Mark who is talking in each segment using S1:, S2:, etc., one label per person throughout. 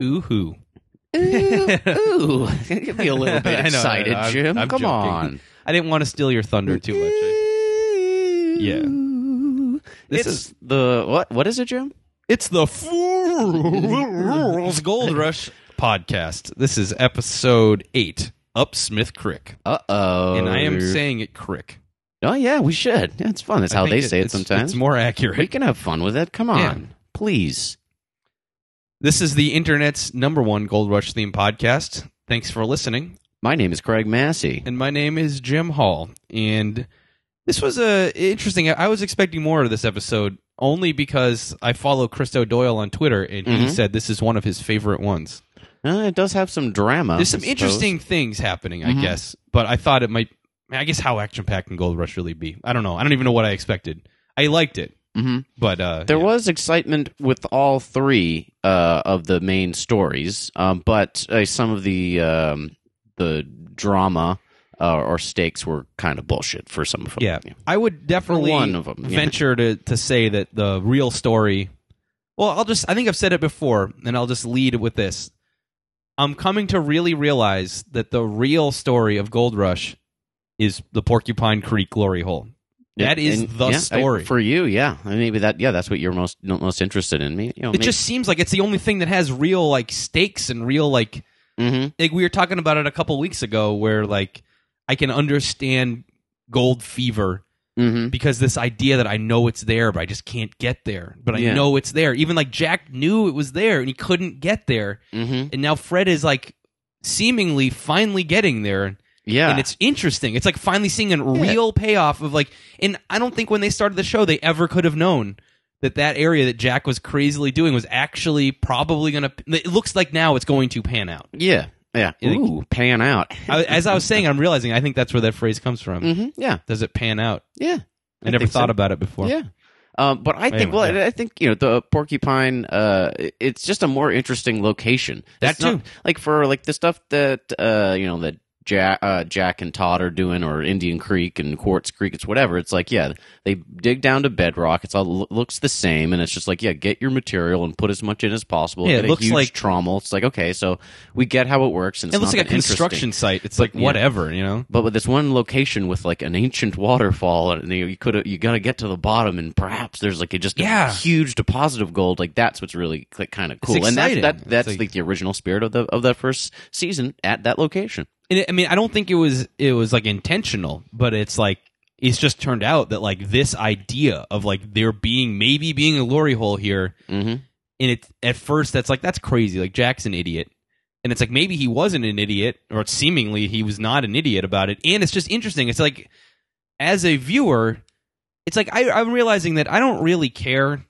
S1: poo.
S2: Ooh, ooh. Get me a little bit
S1: I know,
S2: excited,
S1: I'm-
S2: Jim.
S1: I'm
S2: Come
S1: joking.
S2: on.
S1: I didn't want to steal your thunder too much. I- Yeah.
S2: This
S1: This
S2: is the what? What is it, Jim?
S1: It's the Fools Gold Rush podcast. This is episode eight, Up Smith Crick,
S2: Uh oh.
S1: and I am saying it Crick.
S2: Oh yeah, we should. Yeah, it's fun. That's
S1: I
S2: how
S1: think
S2: they say it
S1: it's-
S2: sometimes.
S1: It's more
S2: we
S1: accurate.
S2: can have fun with it. Come on,
S1: Yeah.
S2: please.
S1: This is the internet's number one Gold Rush theme podcast. Thanks for listening.
S2: My name is Craig Massey.
S1: and my name is Jim Hall. And this was a interesting. I was expecting more of this episode only because I follow Christo Doyle on Twitter, and he
S2: Mhm.
S1: said this is one of his favorite ones.
S2: Uh, it does have some drama.
S1: There's some
S2: Um, I suppose.
S1: interesting things happening, I
S2: Mhm.
S1: guess. But I thought it might. I guess how action packed can Gold Rush really be? I don't know. I don't even know what I expected. I liked it,
S2: Mhm.
S1: but uh,
S2: There
S1: yeah.
S2: was excitement with all three uh, of the main stories, um, but uh, some of the um, the drama uh, or stakes were kind of bullshit for some of them.
S1: Yeah. I would definitely
S2: one of 'em, yeah.
S1: venture to, to say that the real story. Well, I'll just. I think I've said it before, and I'll just lead with this. I'm coming to really realize that the real story of Gold Rush is the Porcupine Creek glory hole. That is the
S2: yeah, I-
S1: story.
S2: for you. Yeah, I mean, maybe that. Yeah, that's what you're most no- most interested in. Me, you know,
S1: It just seems like it's the only thing that has real like stakes and real like
S2: hmm
S1: like we were talking about it a couple weeks ago where like I can understand gold fever
S2: hmm
S1: because this idea that I know it's there, but I just can't get there. But I
S2: Yeah.
S1: know it's there. Even like Jack knew it was there and he couldn't get there.
S2: hmm
S1: And now Fred is like seemingly finally getting there.
S2: Yeah,
S1: And it's interesting. It's like finally seeing a real payoff of like, and I don't think when they started the show, they ever could have known that that area that Jack was crazily doing was actually probably going to, it looks like now it's going to pan out.
S2: yeah, yeah.
S1: It-
S2: Ooh, pan out.
S1: I, as I was saying, I'm realizing I think that's where that phrase comes from.
S2: hmm Yeah,
S1: Does it pan out?
S2: yeah.
S1: I, never
S2: think so.
S1: thought about it before.
S2: Yeah. Um, but I think,
S1: Anyway,
S2: well,
S1: yeah.
S2: I think you know the porcupine. Uh, it's just a more interesting location.
S1: That
S2: It's not-
S1: too.
S2: like for like the stuff that uh, you know that Jack, uh, Jack and Todd are doing, or Indian Creek and Quartz Creek. It's whatever. It's like yeah, they dig down to bedrock. It's all looks the same, and it's just like yeah, get your material and put as much in as possible.
S1: Yeah, it
S2: get
S1: looks
S2: a huge
S1: like-
S2: trommel. It's like okay, so we get how it works. And
S1: It
S2: it's
S1: looks
S2: not
S1: like a
S2: that interesting.
S1: construction site. It's like
S2: yeah.
S1: whatever, you know.
S2: But with this one location with like an ancient waterfall, and you, you could you got to get to the bottom, and perhaps there's like a, just
S1: Yeah.
S2: a huge deposit of gold. Like that's what's really like, kind of cool, and that,
S1: exciting.
S2: that
S1: It's
S2: that's
S1: like-
S2: like, the original spirit of the of that first season at that location.
S1: And it, I mean, I don't think it was it was like intentional, but it's like it's just turned out that like this idea of like there being maybe being a glory hole here,
S2: hmm
S1: and it at first that's like that's crazy. Like Jack's an idiot, and it's like maybe he wasn't an idiot, or seemingly he was not an idiot about it. And it's just interesting. It's like as a viewer, it's like I, I'm realizing that I don't really care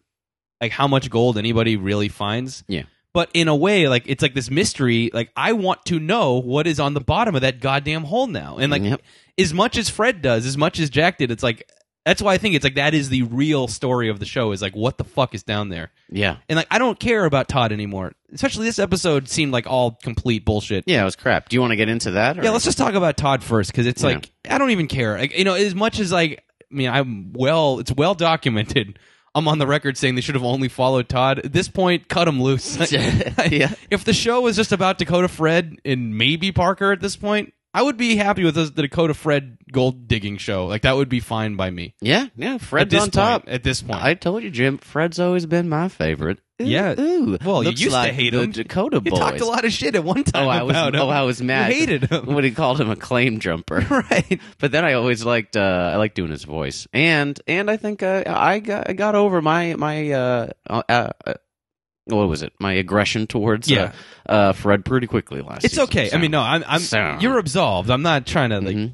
S1: like how much gold anybody really finds.
S2: Yeah.
S1: But in a way, like it's like this mystery. Like I want to know what is on the bottom of that goddamn hole now. And like
S2: Yep.
S1: as much as Fred does, as much as Jack did, it's like that's why I think it's like that is the real story of the show. Is like what the fuck is down there?
S2: Yeah,
S1: And like I don't care about Todd anymore. Especially this episode seemed like all complete bullshit.
S2: yeah, it was crap. Do you want to get into that?
S1: Yeah, let's just talk about Todd first because it's
S2: Yeah.
S1: like I don't even care. Like you know, as much as like I mean, I'm well. It's well documented. I'm on the record saying they should have only followed Todd. At this point, cut him loose.
S2: Yeah.
S1: If the show was just about Dakota Fred and maybe Parker at this point, I would be happy with this, the Dakota Fred gold digging show. Like that would be fine by me.
S2: yeah, yeah.
S1: At
S2: Fred's
S1: this
S2: on top.
S1: point- At this point,
S2: I told you, Jim. Fred's always been my favorite. Ooh,
S1: Yeah.
S2: Ooh,
S1: Well, you
S2: Looks
S1: used to
S2: like
S1: hate
S2: the
S1: him.
S2: Dakota
S1: you
S2: boys.
S1: talked a lot of shit at one time
S2: Oh, I was
S1: about him.
S2: oh, I was mad.
S1: You hated him,
S2: when he called him a claim jumper.
S1: right?
S2: But then I always liked uh, I liked doing his voice, and and I think uh, I got I got over my my uh, uh, uh, what was it my aggression towards
S1: Yeah.
S2: uh, uh, Fred pretty quickly last.
S1: It's
S2: season.
S1: okay.
S2: So,
S1: I mean, no, I'm, I'm
S2: So-
S1: you're absolved. I'm not trying to like,
S2: Mhm.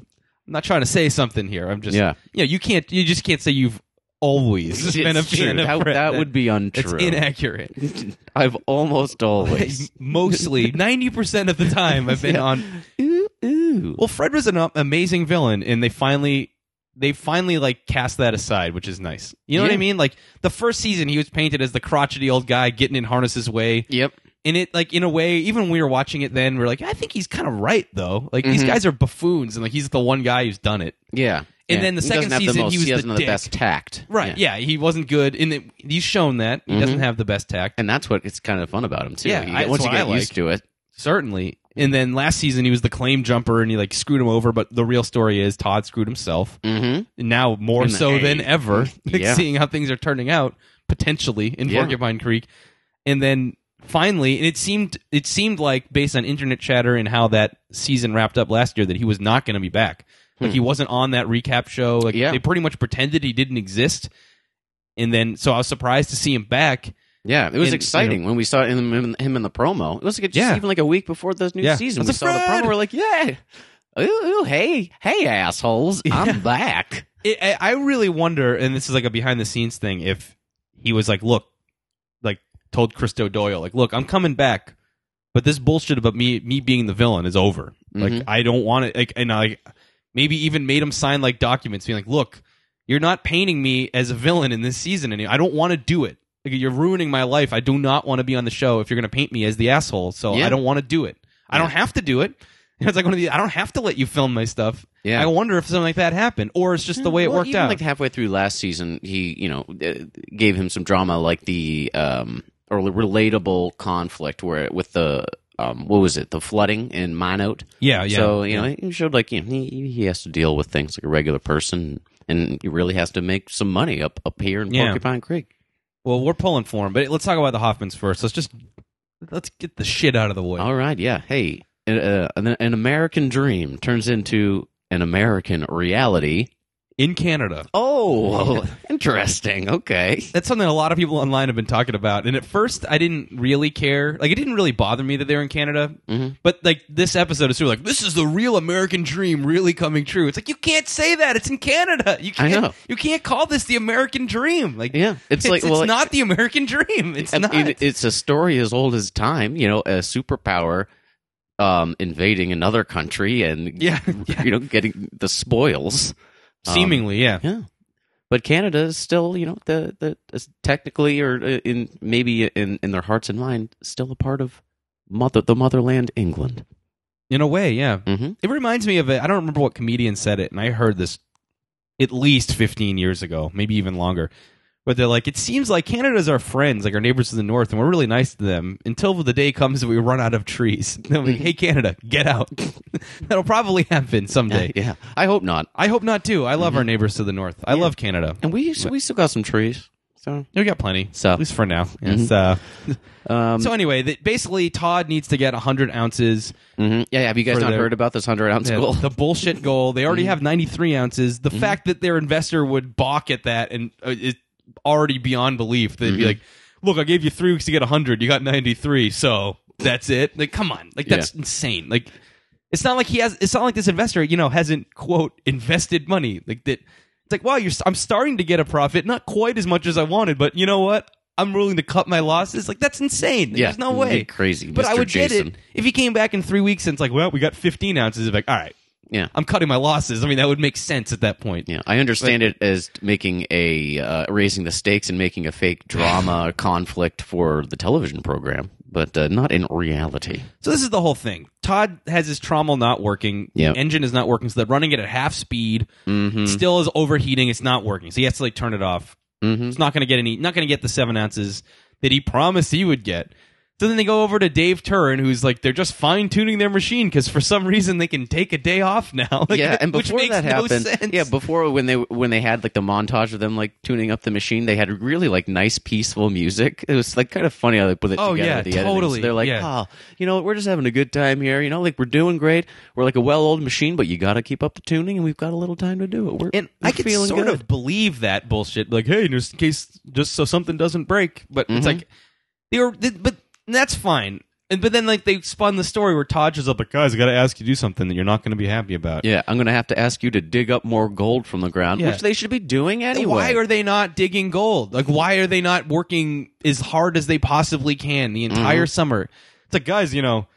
S1: I'm not trying to say something here. I'm just,
S2: Yeah.
S1: you know, you can't, you just can't say you've always
S2: it's
S1: been a
S2: true.
S1: fan of
S2: that,
S1: Fred.
S2: that would be
S1: it's
S2: untrue.
S1: inaccurate.
S2: I've almost always
S1: Mostly, ninety percent of the time, I've been
S2: Yeah.
S1: on.
S2: ooh ooh.
S1: Well, Fred was an a- amazing villain, and they finally. They finally like cast that aside, which is nice. You know what I
S2: Yeah.
S1: mean? Like the first season, he was painted as the crotchety old guy getting in harness's way,
S2: Yep.
S1: and it like in a way even when we were watching it then we are like i think he's kind of right though like these
S2: Mhm.
S1: guys are buffoons and like he's the one guy who's done it
S2: Yeah.
S1: And
S2: Yeah.
S1: then the
S2: He
S1: second
S2: doesn't have the
S1: season,
S2: most-
S1: he was
S2: he doesn't
S1: the
S2: have
S1: dick.
S2: the best tact.
S1: Right. Yeah. he wasn't good, and it, he's shown that he doesn't have the best tact,
S2: And that's what it's kind of fun about him too.
S1: Yeah,
S2: You
S1: I-
S2: get- once
S1: that's
S2: you
S1: what
S2: get
S1: I
S2: used
S1: like.
S2: to it,
S1: certainly. And then last season, he was the claim jumper, and he like screwed him over. But the real story is Todd screwed himself.
S2: mm-hmm.
S1: And now more
S2: And the
S1: so
S2: hay.
S1: than ever, like,
S2: Yeah.
S1: seeing how things are turning out potentially in
S2: Yeah.
S1: Porcupine Creek, and then finally, and it seemed it seemed like based on internet chatter and how that season wrapped up last year that he was not going to be back. Like
S2: Hmm.
S1: he wasn't on that recap show. Like
S2: Yeah.
S1: they pretty much pretended he didn't exist. And then, so I was surprised to see him back.
S2: yeah, it was
S1: And,
S2: exciting when we saw him, him, him in the promo. It was like just
S1: Yeah.
S2: even like a week before the new
S1: Yeah.
S2: season.
S1: That's
S2: We
S1: a
S2: saw
S1: Fred!
S2: the promo. We're like, yeah, ooh, ooh, hey, hey, assholes, I'm back.
S1: it, I I really wonder, and this is like a behind the scenes thing, if he was like, look, like told Christo Doyle, like, look, I'm coming back, but this bullshit about me me being the villain is over.
S2: Mhm.
S1: Like, I don't want it. Like, and I maybe even made him sign like documents, being like, look, you're not painting me as a villain in this season, and I don't want to do it. Like, you're ruining my life. I do not want to be on the show if you're going to paint me as the asshole. So
S2: Yeah.
S1: I don't want to do it. I don't have to do it. It's like one of the I don't have to let you film my stuff.
S2: Yeah.
S1: I wonder if something like that happened, or it's just the way it
S2: Well,
S1: worked
S2: even
S1: out.
S2: Like halfway through last season, he you know uh, gave him some drama, like the um or relatable conflict where with the um what was it the flooding in Minot.
S1: Uh, yeah,
S2: So you know he showed like you know, he he has to deal with things like a regular person, and he really has to make some money up up here in
S1: Yeah.
S2: Porcupine Creek.
S1: Well, we're pulling for him, but let's talk about the Hoffmans first. Let's just let's get the shit out of the way.
S2: All right, yeah. Hey, uh, an, an American dream turns into an American reality.
S1: In Canada,
S2: Oh, interesting. Okay.
S1: that's something a lot of people online have been talking about. And at first, I didn't really care. Like, it didn't really bother me that they're in Canada.
S2: Mhm.
S1: But like this episode is sort of like this is the real American dream really coming true. It's like you can't say that. It's in Canada. You
S2: I
S1: can't.
S2: know.
S1: You can't call this the American dream. Like
S2: Yeah, it's like, well,
S1: not the American dream. It's
S2: And
S1: not.
S2: it- it's a story as old as time. You know, a superpower um, invading another country and
S1: yeah, yeah.
S2: you know getting the spoils. Um,
S1: Seemingly, yeah.
S2: yeah. But Canada is still, you know, the the is technically or uh, in maybe in in their hearts and mind, still a part of mother the motherland, England.
S1: In a way, yeah.
S2: Mm-hmm.
S1: It reminds me of a, I don't remember what comedian said it, and I heard this at least 15 years ago, maybe even longer. But they're like, it seems like Canada's our friends, like our neighbors to the north, and we're really nice to them until the day comes that we run out of trees. And I'm like, hey, Canada, get out. That'll probably happen someday.
S2: Yeah, Mm-hmm. I hope not.
S1: I hope not, too. I love our neighbors to the north. I love Canada.
S2: And we we still got some trees. So,
S1: We got plenty,
S2: So- mm-hmm.
S1: at least for now. Yes, uh,
S2: um,
S1: so anyway, that basically, Todd needs to get 100 ounces.
S2: mhm. yeah, yeah, have you guys
S1: For
S2: not
S1: their-
S2: heard about this hundred ounce
S1: Yeah,
S2: goal?
S1: The bullshit goal. They already have 93 ounces. The fact that their investor would balk at that and uh, is already beyond belief. They'd be
S2: Mhm.
S1: like, "Look, I gave you three weeks to get 100. You got 93. So that's it." Like, come on. Like that's insane. Like, it's not like he has. It's not like this investor, you know, hasn't quote invested money. Like that. It's like, wow, you're. I'm starting to get a profit, not quite as much as I wanted, but you know what? I'm willing to cut my losses. Like that's insane. Like,
S2: yeah, Mm-hmm.
S1: there's no way.
S2: crazy.
S1: But
S2: Mr.
S1: I would
S2: Jason.
S1: get it if he came back in three weeks and it's like, well, we got 15 ounces. It's like, all right,
S2: Yeah.
S1: I'm cutting my losses. I mean, that would make sense at that point.
S2: Yeah, I understand it as making a uh, raising the stakes and making a fake drama conflict for the television program, but uh, not in reality.
S1: So this is the whole thing. Todd has his trommel not working.
S2: Yeah.
S1: The engine is not working, so they're running it at half speed.
S2: Mm-hmm.
S1: Still is overheating. It's not working, so he has to like turn it off.
S2: Mm-hmm.
S1: It's not going to get any. Not going to get the seven ounces that he promised he would get. So then they go over to Dave Turin, who's like they're just fine tuning their machine because for some reason they can take a day off now. Like,
S2: yeah, and before
S1: which makes
S2: that happened,
S1: no sense.
S2: yeah, before when they when they had like the montage of them like tuning up the machine, they had really like nice peaceful music. It was like kind of funny how they put it
S1: Oh,
S2: together.
S1: yeah,
S2: at the end.
S1: totally,
S2: They're like,
S1: yeah.
S2: oh, you know, we're just having a good time here. You know, like we're doing great. We're like a well old machine, but you got to keep up the tuning, and we've got a little time to do it. We're
S1: And
S2: we're
S1: I could
S2: feeling
S1: sort
S2: good.
S1: of believe that bullshit. Like, hey, just in case, just so something doesn't break. But it's
S2: Mm-hmm.
S1: like they were, th- but that's fine. And but then like they spun the story where Todd is up, like, guys, I got to ask you to do something that you're not going to be happy about.
S2: Yeah, I'm going to have to ask you to dig up more gold from the ground,
S1: Yeah.
S2: which they should be doing anyway.
S1: Why are they not digging gold? Like, why are they not working as hard as they possibly can the
S2: Mm-hmm.
S1: entire summer? It's like, guys, you know,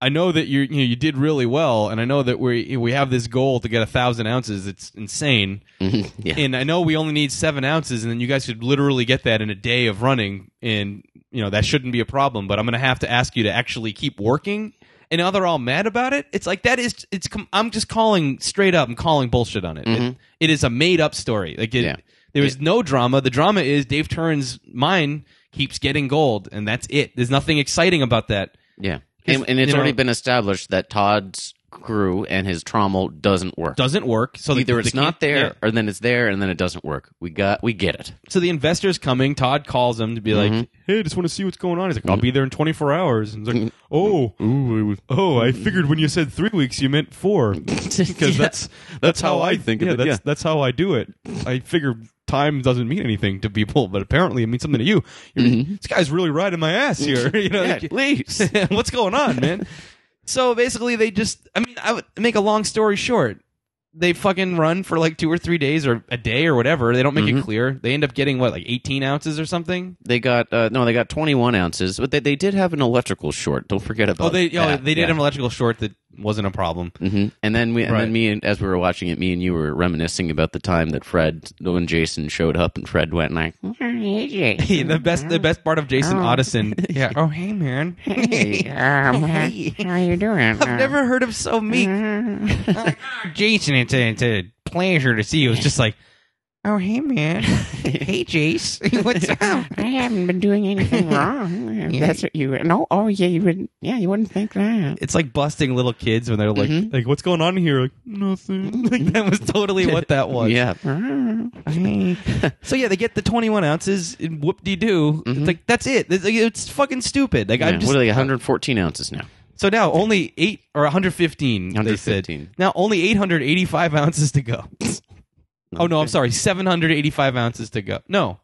S1: I know that you you know, you did really well, and I know that we we have this goal to get a thousand ounces. It's insane.
S2: yeah.
S1: and I know we only need seven ounces, and then you guys could literally get that in a day of running, and you know that shouldn't be a problem. But I'm going to have to ask you to actually keep working and now they're all mad about it. It's like that is it's. com- I'm just calling straight up. I'm calling bullshit on it. It-
S2: Mhm.
S1: it is a made up story. Like it,
S2: Yeah.
S1: there is no drama. The drama is Dave Turner's mind keeps getting gold, and that's it. There's nothing exciting about that.
S2: Yeah.
S1: Because,
S2: And, and it's
S1: you know-
S2: already been established that Todd's crew and his trauma doesn't work.
S1: Doesn't work. So the-
S2: Either
S1: the
S2: it's
S1: camp-
S2: not there,
S1: yeah.
S2: or then it's there, and then it doesn't work. We got, we get it.
S1: So the investor's coming. Todd calls him to be like, "Hey, just want to see what's going on." He's like, "I'll be there in 24 hours." And he's like, "Oh, oh, I figured when you said three weeks, you meant four because that's that's how I think. Yeah,
S2: of it,
S1: that's
S2: yeah.
S1: that's how I do it. I figure time doesn't mean anything to people, but apparently it means something to you. You're, This guy's really riding my ass here. you know,
S2: Yeah,
S1: like-
S2: please.
S1: what's going on, man? so basically, they just. I mean, I would make a long story short. They fucking run for like two or three days or a day or whatever. They don't make it clear. They end up getting what, like 18 ounces or something?
S2: They got uh, no, they got 21 ounces, but they, they did have an electrical short. Don't forget about.
S1: Oh, they yeah,
S2: that.
S1: they did
S2: Yeah.
S1: an electrical short that wasn't a problem.
S2: hmm And then we, and
S1: Right.
S2: then me, and as we were watching it, me and you were reminiscing about the time that Fred, when Jason showed up, and Fred went like,
S1: Yeah, the best the best part of Jason Odison. Yeah. Oh hey man.
S3: Hey, um,
S1: Hey.
S3: how you doing? Uh,
S1: I've never heard him so meek. Mm-hmm. Jason, it's a, it's a pleasure to see you. It's just like, oh hey man, hey Jace, what's up?
S3: I haven't been doing anything wrong. If That's what you. No, oh yeah, you wouldn't. Yeah, you wouldn't think that.
S1: It's like busting little kids when they're like,
S2: Mhm.
S1: like what's going on here? Like nothing. Like that was totally what that was.
S2: "Yeah,
S3: Uh-huh. Hey.
S1: So yeah, they get the 21 ounces. And whoop de doo. It's like that's it. It's, like, it's fucking stupid. Like
S2: yeah.
S1: I'm just
S2: what are they? 114 ounces now."
S1: so now only eight or 115. They said
S2: 115.
S1: now only 885 ounces to go. Oh no, I'm sorry, 785 ounces to go. No,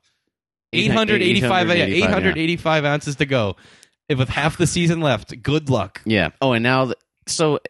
S1: 885, 885,
S2: 885,
S1: ounces to go. If with half the season left, good luck.
S2: Yeah. Oh, and now th- so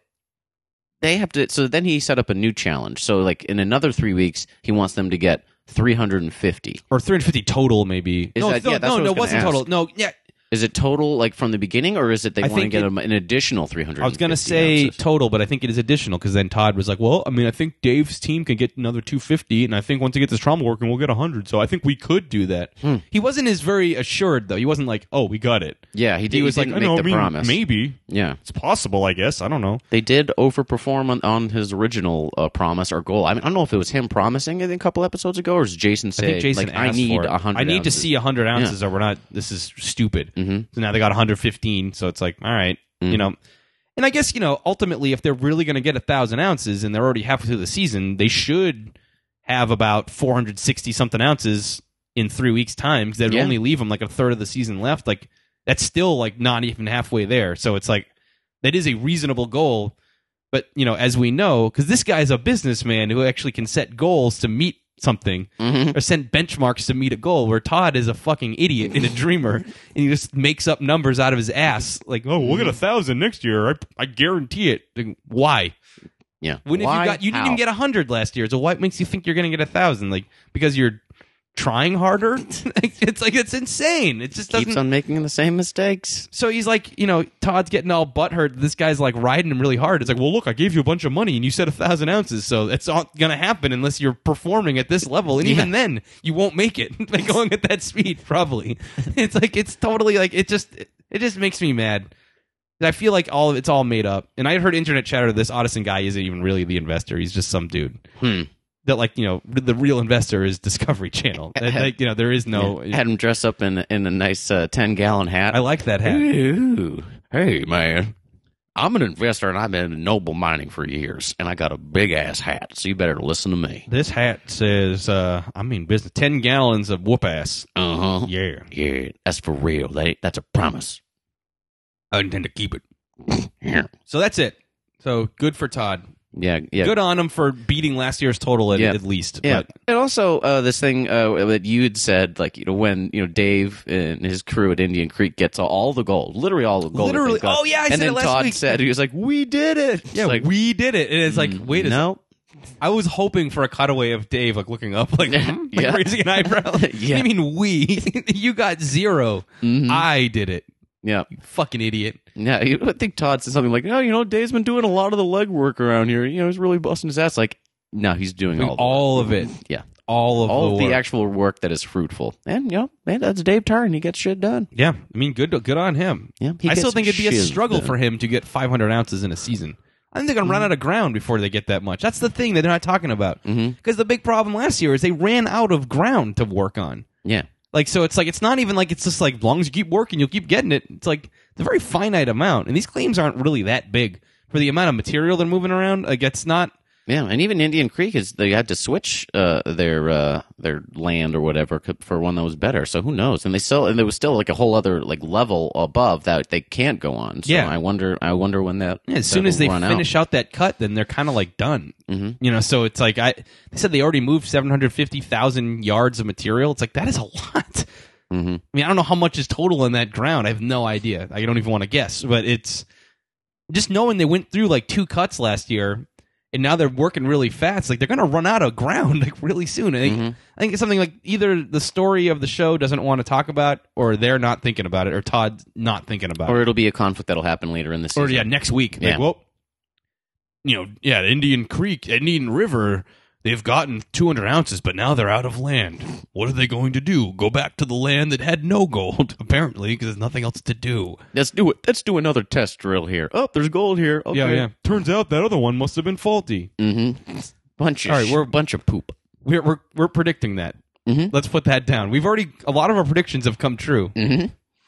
S2: they have to. So then he set up a new challenge. So like in another three weeks, he wants them to get 350.
S1: Or 350 total, maybe.
S2: Is
S1: no,
S2: that-
S1: no,
S2: yeah, that's
S1: no,
S2: what I
S1: no,
S2: was
S1: it wasn't
S2: gonna
S1: total. No, yeah.
S2: Is it total like from the beginning, or is it they
S1: I
S2: want to
S1: think
S2: get
S1: it-
S2: him an additional 300?
S1: I was going to say total, but I think it is additional because then Todd was like, well, I mean, I think Dave's team can get another 250, and I think once he gets this trauma working, we'll get 100. So I think we could do that.
S2: Hmm.
S1: He wasn't as very assured, though. He wasn't like, oh, we got it.
S2: Yeah, he, did,
S1: He was like,
S2: didn't
S1: I
S2: make
S1: know,
S2: the
S1: I mean,
S2: promise.
S1: maybe.
S2: Yeah,
S1: It's possible, I guess. I don't know.
S2: they did overperform on, on his original uh, promise or goal. I, mean, I don't know if it was him promising it a couple episodes ago, or is Jason
S1: I
S2: saying
S1: think Jason
S2: like,
S1: asked
S2: I need
S1: for it.
S2: 100.
S1: I need to
S2: ounces.
S1: see 100 ounces or we're not this is stupid.
S2: Mhm.
S1: So now they got 115 so it's like all right, you know. And I guess, you know, ultimately if they're really going to get 1000 ounces and they're already halfway through the season, they should have about 460 something ounces in 3 weeks time cuz that would
S2: Yeah.
S1: only leave them like a third of the season left. Like that's still like not even halfway there. So it's like that is a reasonable goal. But, you know, as we know, cuz this guy's a businessman who actually can set goals to meet something
S2: Mhm.
S1: or sent benchmarks to meet a goal where Todd is a fucking idiot and a dreamer and he just makes up numbers out of his ass like oh we'll get a thousand next year I, I guarantee it Like, why
S2: Yeah,
S1: when if
S2: Why?
S1: you got you didn't
S2: How?
S1: even get a hundred last year so what makes you think you're gonna get a thousand like because you're trying harder it's like it's insane it just doesn't
S2: keeps on making the same mistakes.
S1: so he's like, you know, Todd's getting all butthurt. This guy's like riding him really hard. It's like, well, look, I gave you a bunch of money and you said a thousand ounces, so that's not gonna happen unless you're performing at this level. And even then, you won't make it by going at that speed. Probably, it's like it's totally like it just it just makes me mad. I feel like all of it's all made up. And I had heard internet chatter. This Odison guy isn't even really the investor. He's just some dude.
S2: Hmm.
S1: That like you know the real investor is Discovery Channel. That, like you know there is no.
S2: Had him dress up in in a nice uh, ten gallon hat.
S1: I like that hat.
S2: Ooh. Hey, man. I'm an investor and I've been in noble mining for years, and I got a big ass hat, so you better listen to me.
S1: This hat says, uh, I mean, business, 10 gallons of whoop ass.
S2: Uh huh.
S1: Yeah.
S2: Yeah, that's for real. That ain't, that's a promise.
S1: I intend to keep it.
S2: Yeah,
S1: So that's it. So good for Todd.
S2: yeah.
S1: Good on him for beating last year's total at,
S2: Yeah.
S1: at least.
S2: Yeah,
S1: But
S2: and also uh, this thing uh, that you had said, like you know, when you know Dave and his crew at Indian Creek gets all the gold, literally all the gold. that
S1: Literally.
S2: they've got.
S1: Oh, yeah, I
S2: and
S1: said
S2: then
S1: it last
S2: Todd
S1: week.
S2: said he was like, "We did it." It's
S1: yeah,
S2: like, mm,
S1: we did it. And it's like, wait a second.
S2: no,
S1: I was hoping for a cutaway of Dave, like looking up, like,
S2: Yeah.
S1: like
S2: Yeah.
S1: raising an eyebrow.
S2: Yeah.
S1: I mean, we. you got 0
S2: Mhm.
S1: I did it.
S2: yeah.
S1: You fucking idiot.
S2: Yeah, you would think Todd said something like, "No, you know, Dave's been doing a lot of the legwork around here. You know, he's really busting his ass." Like, no, he's doing,
S1: Doing
S2: all, the
S1: all of it.
S2: work. yeah,
S1: all of
S2: all
S1: the
S2: of the
S1: work.
S2: actual work that is fruitful.
S3: And you know, man, that's Dave Tarn. He gets shit done.
S1: yeah, I mean, good good on him.
S2: Yeah,
S1: I still think it'd be a struggle for him to get 500 ounces in a season. I think they're going to run
S2: Mm.
S1: out of ground before they get that much. That's the thing that they're not talking about. Because
S2: Mhm.
S1: the big problem last year is they ran out of ground to work on.
S2: Yeah,
S1: Like so, it's like it's not even like it's just like as long as you keep working, you'll keep getting it. It's like it's a very finite amount, and these claims aren't really that big for the amount of material they're moving around. Like it's not.
S2: yeah, and even Indian Creek is they had to switch uh, their uh, their land or whatever co- for one that was better. So who knows? And they still and there was still like a whole other like level above that they can't go on. So
S1: Yeah.
S2: I wonder. I wonder when that
S1: Yeah, as soon as they
S2: that'll run out.
S1: finish out. that cut, then they're kind of like done.
S2: Mhm.
S1: You know, so it's like I they said they already moved seven hundred fifty thousand yards of material. It's like that is a lot.
S2: Mhm.
S1: I mean, I don't know how much is total in that ground. I have no idea. I don't even want to guess. But it's just knowing they went through like two cuts last year, and now they're working really fast. Like they're going to run out of ground like really soon. I
S2: Mm-hmm.
S1: think, I think it's something like either the story of the show doesn't want to talk about, or they're not thinking about it, or Todd's not thinking about it
S2: or it'll be a conflict that'll happen later in the season.
S1: or yeah, next week.
S2: Yeah.
S1: Like, well, you know, yeah, Indian Creek, Indian River, they've gotten 200 ounces, but now they're out of land. What are they going to do? Go back to the land that had no gold, apparently, because there's nothing else to do.
S2: Let's do it. Let's do another test drill here. Oh, there's gold here. Okay.
S1: Turns out that other one must have been faulty.
S2: Mm-hmm. Bunch of
S1: All right,
S2: sh-
S1: we're-
S2: bunch of poop.
S1: We're we're, we're predicting that.
S2: Mhm.
S1: Let's put that down. We've already a lot of our predictions have come true
S2: Mm-hmm.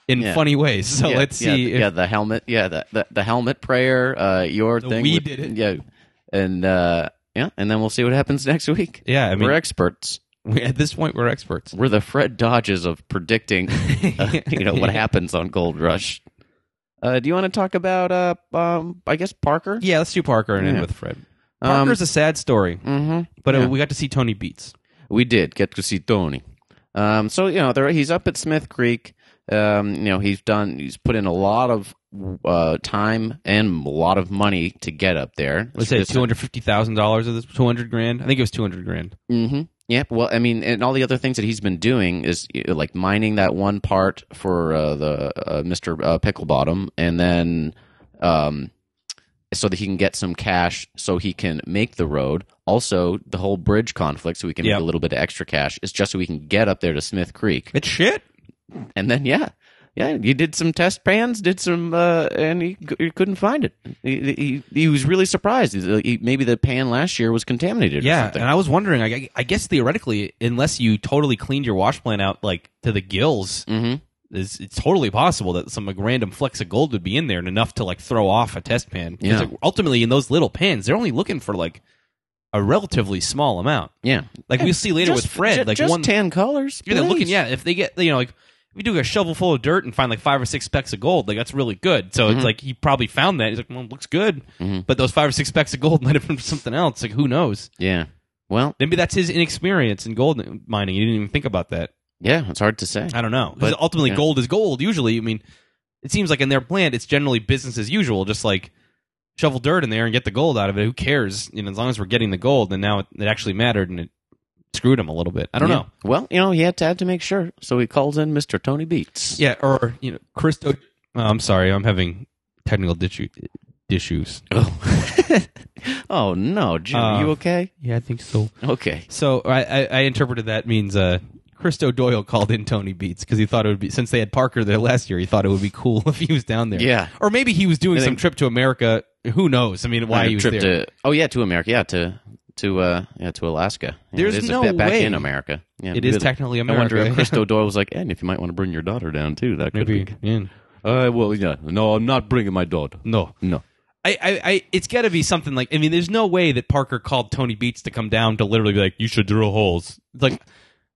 S1: in
S2: Yeah.
S1: funny ways. So
S2: yeah,
S1: let's
S2: yeah,
S1: see.
S2: th-
S1: if-
S2: yeah, the helmet. Yeah, the the, the helmet prayer. Uh, your
S1: The
S2: thing.
S1: we did it.
S2: Yeah, and uh, yeah, and then we'll see what happens next week.
S1: yeah, I mean,
S2: we're experts.
S1: we- at this point, we're experts.
S2: We're the Fred Dodges of predicting. uh, you know what happens on Gold Rush. Uh, do you want to talk about? Uh, um, I guess Parker.
S1: Yeah, let's do Parker and end
S2: Yeah.
S1: with Fred.
S2: Um,
S1: Parker's a sad story,
S2: Mm-hmm.
S1: but uh
S2: yeah.
S1: we got to see Tony Beats.
S2: We did get to see Tony. Um, so you know, there, he's up at Smith Creek. Um, you know, he's done. He's put in a lot of uh, time and a lot of money to get up there.
S1: Let's say
S2: This-
S1: two hundred fifty thousand dollars of this, two hundred grand. I think it was two hundred grand.
S2: Mm-hmm. Yep. Well, I mean, and all the other things that he's been doing is you know, like mining that one part for uh, the uh, Mister uh, Picklebottom, and then um, so that he can get some cash, so he can make the road. Also, the whole bridge conflict, so we can
S1: Yep.
S2: make a little bit of extra cash. It's just so we can get up there to Smith Creek,
S1: It's shit.
S2: and then yeah. Yeah, you did some test pans, did some, uh, and he, c- he couldn't find it. He, he, he was really surprised. He- he- maybe the pan last year was contaminated. or
S1: Yeah, uh,
S2: something.
S1: and I was wondering. I, I guess theoretically, unless you totally cleaned your wash plant out like to the gills,
S2: Mm-hmm.
S1: it's, it's totally possible that some like, random flecks of gold would be in there and enough to like throw off a test pan. 'Cause,
S2: Yeah.
S1: like, ultimately, in those little pans, they're only looking for like a relatively small amount.
S2: Yeah,
S1: Like we'll see later with Fred,
S2: ju-
S1: like
S2: just
S1: one
S2: tan colors.
S1: Yeah, they're looking.
S2: please.
S1: Yeah, if they get, you know, like if you do a shovel full of dirt and find like five or six specks of gold, like that's really good. So
S2: Mm-hmm.
S1: it's like he probably found that. He's like, well, it looks good,
S2: Mhm.
S1: but those five or six specks of gold might have been something else. Like who knows?
S2: yeah. Well,
S1: Maybe that's his inexperience in gold mining. He didn't even think about that.
S2: yeah, it's hard to say.
S1: I don't know. Because
S2: But,
S1: ultimately,
S2: yeah.
S1: gold is gold. Usually, I mean, it seems like in their plant, it's generally business as usual. Just like shovel dirt in there and get the gold out of it. Who cares? You know, as long as we're getting the gold. And now it, it actually mattered, and it screwed him a little bit. I don't
S2: Yeah.
S1: know.
S2: Well, you know, he had to have to make sure, so he calls in Mister Tony Beats.
S1: Yeah, or you know, Christo. Oh, I'm sorry, I'm having technical ditchu- issues.
S2: Oh, oh no, Jim,
S1: Uh,
S2: you okay?
S1: Yeah, I think so.
S2: Okay.
S1: So I, I, I interpreted that means uh, Christo Doyle called in Tony Beats because he thought it would be since they had Parker there last year. He thought it would be cool if he was down there.
S2: Yeah.
S1: or maybe he was doing
S2: I
S1: some
S2: think-
S1: trip to America. Who knows? I mean, why
S2: Uh,
S1: he was
S2: trip
S1: there?
S2: to? Oh yeah, to America. Yeah, to to uh yeah to Alaska. Yeah,
S1: There's
S2: it is a
S1: no
S2: bit back
S1: way.
S2: in America. Yeah,
S1: it is
S2: maybe-
S1: technically
S2: I
S1: America.
S2: wonder if Christo Doyle was like, and if you might want to bring your daughter down too, that could
S1: maybe.
S2: be.
S1: Yeah.
S2: Uh, well, yeah, no, I'm not bringing my daughter.
S1: No,
S2: No.
S1: I, I, I it's got to be something like I mean, there's no way that Parker called Tony Beats to come down to literally be like, you should drill holes. It's Like,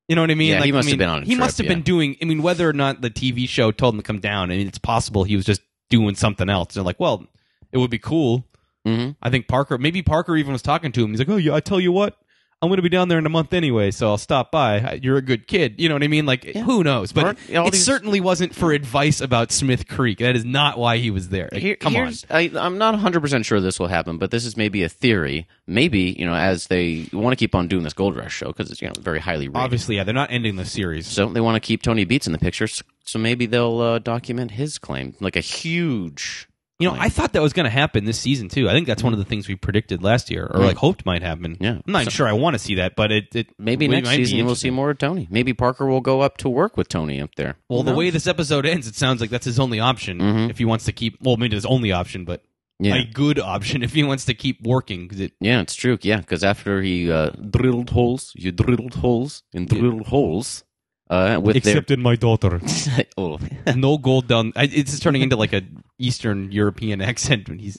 S1: you know what I mean?
S2: Yeah, he
S1: Like,
S2: must
S1: I
S2: have
S1: mean,
S2: been on a
S1: He
S2: trip,
S1: must have been
S2: yeah.
S1: doing. I mean, whether or not the TV show told him to come down, I mean, it's possible he was just doing something else. They're like, well, it would be cool.
S2: Mm-hmm.
S1: I think Parker, maybe Parker even was talking to him. He's like, oh yeah, I tell you what. I'm going to be down there in a month anyway, so I'll stop by. You're a good kid. You know what I mean? Like, who knows? But
S2: Aren't all
S1: it
S2: these-
S1: certainly wasn't for advice about Smith Creek. That is not why he was there. Like,
S2: Here-
S1: come on.
S2: here's- I, I'm not 100% sure this will happen, but this is maybe a theory. Maybe, you know, as they want to keep on doing this Gold Rush show because it's, you know, very highly rated.
S1: Obviously, yeah, they're not ending the series.
S2: So they want to keep Tony Beats in the picture. s- So maybe they'll uh, document his claim, like a huge
S1: You know, I thought that was going to happen this season too. I think that's one of the things we predicted last year, or
S2: Yeah.
S1: like hoped might happen.
S2: Hmm. Yeah.
S1: I'm not
S2: So-
S1: sure I want to see that, but it, it
S2: Maybe
S1: we
S2: next
S1: might be
S2: season we'll see
S1: interested.
S2: more of Tony. Maybe Parker will go up to work with Tony up there.
S1: Well, the
S2: Who
S1: way
S2: knows?
S1: this episode ends, it sounds like that's his only option
S2: Mhm.
S1: if he wants to keep. Well, maybe his only option, but
S2: yeah,
S1: a good option if he wants to keep working. 'cause it,
S2: yeah, it's true. Yeah, because after he uh, drilled holes, you drilled holes and
S1: Yeah.
S2: drilled holes uh, with their
S1: in my daughter,
S2: oh,
S1: no gold down. I, it's just turning into like a Eastern European accent when he's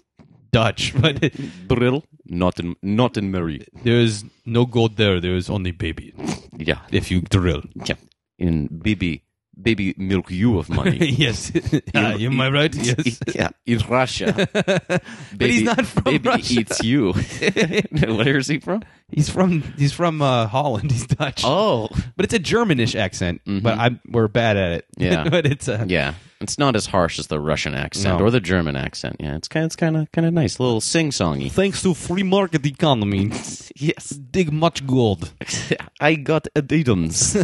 S1: Dutch, but
S2: drill, not in not in Mary.
S1: there is no gold there. There is only baby
S2: Yeah,
S1: if you drill.
S2: yeah, in baby baby milk you of money.
S1: yes, Ah, am I right? Yes.
S2: yeah, in Russia,
S1: but
S2: baby,
S1: he's not from
S2: baby
S1: Russia.
S2: eats you. Where is he from?
S1: he's from he's from uh, Holland. He's Dutch.
S2: Oh,
S1: but it's a Germanish accent.
S2: Mhm.
S1: But I'm we're bad at it.
S2: Yeah.
S1: but it's uh,
S2: yeah. It's not as harsh as the Russian accent
S1: No.
S2: or the German accent. Yeah, it's kind. It's kind of kind of nice, a little sing songy.
S1: thanks to free market economy,
S2: Yes,
S1: dig much gold.
S2: I got Adidas.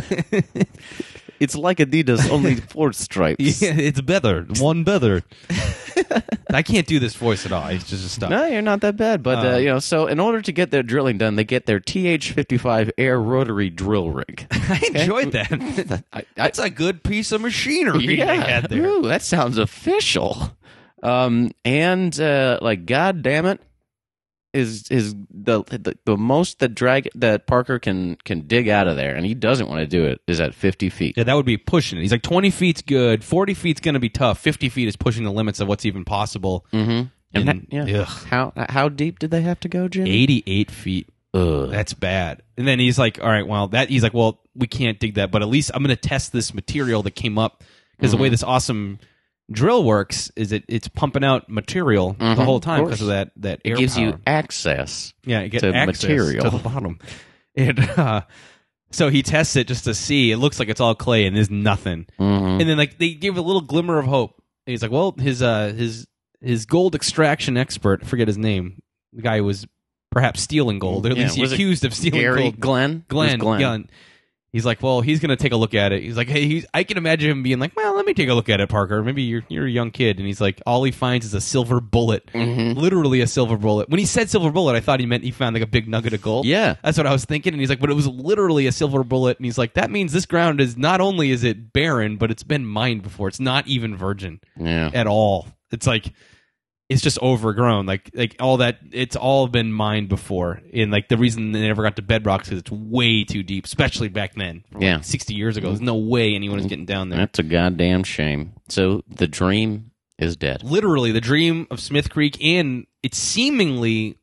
S2: it's like Adidas, only four stripes.
S1: Yeah, it's better, one better. I can't do this voice at all. It's just a stuff.
S2: No, you're not that bad, but uh,
S1: Uh,
S2: you know. So, in order to get their drilling done, they get their TH55 air rotary drill rig.
S1: I enjoyed that.
S2: I, I,
S1: That's a good piece of machinery they had there.
S2: Ooh, that sounds official. Um, and uh, like, god damn it, is is the, the the most that drag that Parker can can dig out of there, and he doesn't want to do it. Is at fifty feet.
S1: Yeah, that would be pushing it. He's like, 20 feet's good. 40 feet's going to be tough. 50 feet is pushing the limits of what's even possible.
S2: Mm-hmm. And,
S1: And-
S2: that- yeah.
S1: ugh.
S2: How how deep did they have to go, Jim?
S1: 88 feet.
S2: Ugh.
S1: That's bad. And then he's like, all right, well, that he's like, well, we can't dig that, but at least I'm going to test this material that came up because
S2: Mm-hmm.
S1: the way this awesome drill works is it it's pumping out material
S2: Mhm,
S1: the whole
S2: of
S1: time
S2: course.
S1: because of that that air
S2: It gives
S1: power.
S2: you access.
S1: yeah, you get
S2: to
S1: access
S2: material.
S1: to the bottom. And uh, so he tests it just to see. It looks like it's all clay and there's nothing.
S2: Mm-hmm.
S1: And then like they give a little glimmer of hope. And he's like, well, his uh his his gold extraction expert, I forget his name, the guy who was perhaps stealing gold, or at
S2: Yeah,
S1: least he
S2: was it
S1: accused of stealing
S2: Gary
S1: gold.
S2: Glenn. It
S1: Glenn,
S2: was Glenn.
S1: Young. He's like, well, he's gonna take a look at it. He's like, hey, he's, I can imagine him being like, well, let me take a look at it, Parker. Maybe you're you're a young kid, and he's like, all he finds is a silver bullet,
S2: Mhm.
S1: literally a silver bullet. When he said silver bullet, I thought he meant he found like a big nugget of gold.
S2: Yeah.
S1: That's what I was thinking, and he's like, "But it was literally a silver bullet." And he's like, "That means this ground is not only is it barren, but it's been mined before. It's not even virgin
S2: Yeah.
S1: at all. It's like it's just overgrown. Like like all that. It's all been mined before. And like the reason they never got to bedrock because it's way too deep, especially back then. From, like,
S2: Yeah.
S1: sixty years ago, there's no way anyone is getting down there.
S2: That's a goddamn shame. So the dream is dead.
S1: Literally, the dream of Smith Creek, and it's seemingly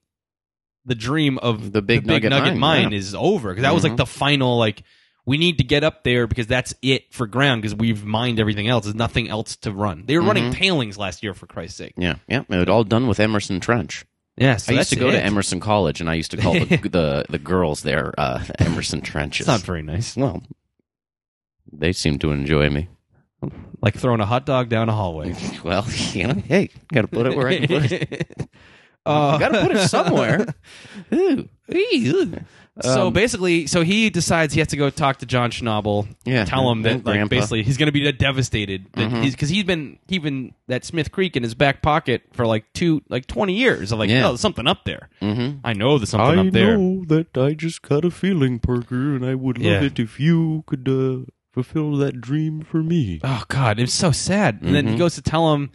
S1: the dream of
S2: The big,
S1: the big
S2: nugget,
S1: nugget, mine,
S2: yeah.
S1: is over because that was like
S2: Mhm.
S1: the final like we need to get up there because that's it for ground because we've mined everything else there's nothing else to run
S2: Mm-hmm.
S1: they were running palings last year for christ's sake
S2: Yeah, yeah. It was all done with Emerson Trench.
S1: yeah so
S2: I used
S1: that's
S2: to go
S1: it.
S2: to Emerson College, and I used to call the the, the girls there uh, Emerson Trenches.
S1: it's not very nice
S2: well, they seem to enjoy me.
S1: like throwing a hot dog down a hallway
S2: Well, you know, hey, gotta put it where I can put it.
S1: Uh,
S2: gotta put it somewhere. Ooh, ew.
S1: so
S2: Um,
S1: basically, so he decides he has to go talk to John Schnabel.
S2: Yeah,
S1: tell him that
S2: and
S1: like,
S2: Grandpa.
S1: basically he's going to be devastated that
S2: Mhm.
S1: because he's been keeping that Smith Creek in his back pocket for like two like twenty years. I'm like,
S2: Yeah.
S1: no, there's something up there.
S2: Mhm.
S1: I know there's something up there.
S4: that I just got a feeling, Parker, and I would
S1: Yeah.
S4: love it if you could uh, fulfill that dream for me.
S1: Oh God, it's so sad. And then he
S2: Mhm.
S1: goes to tell him,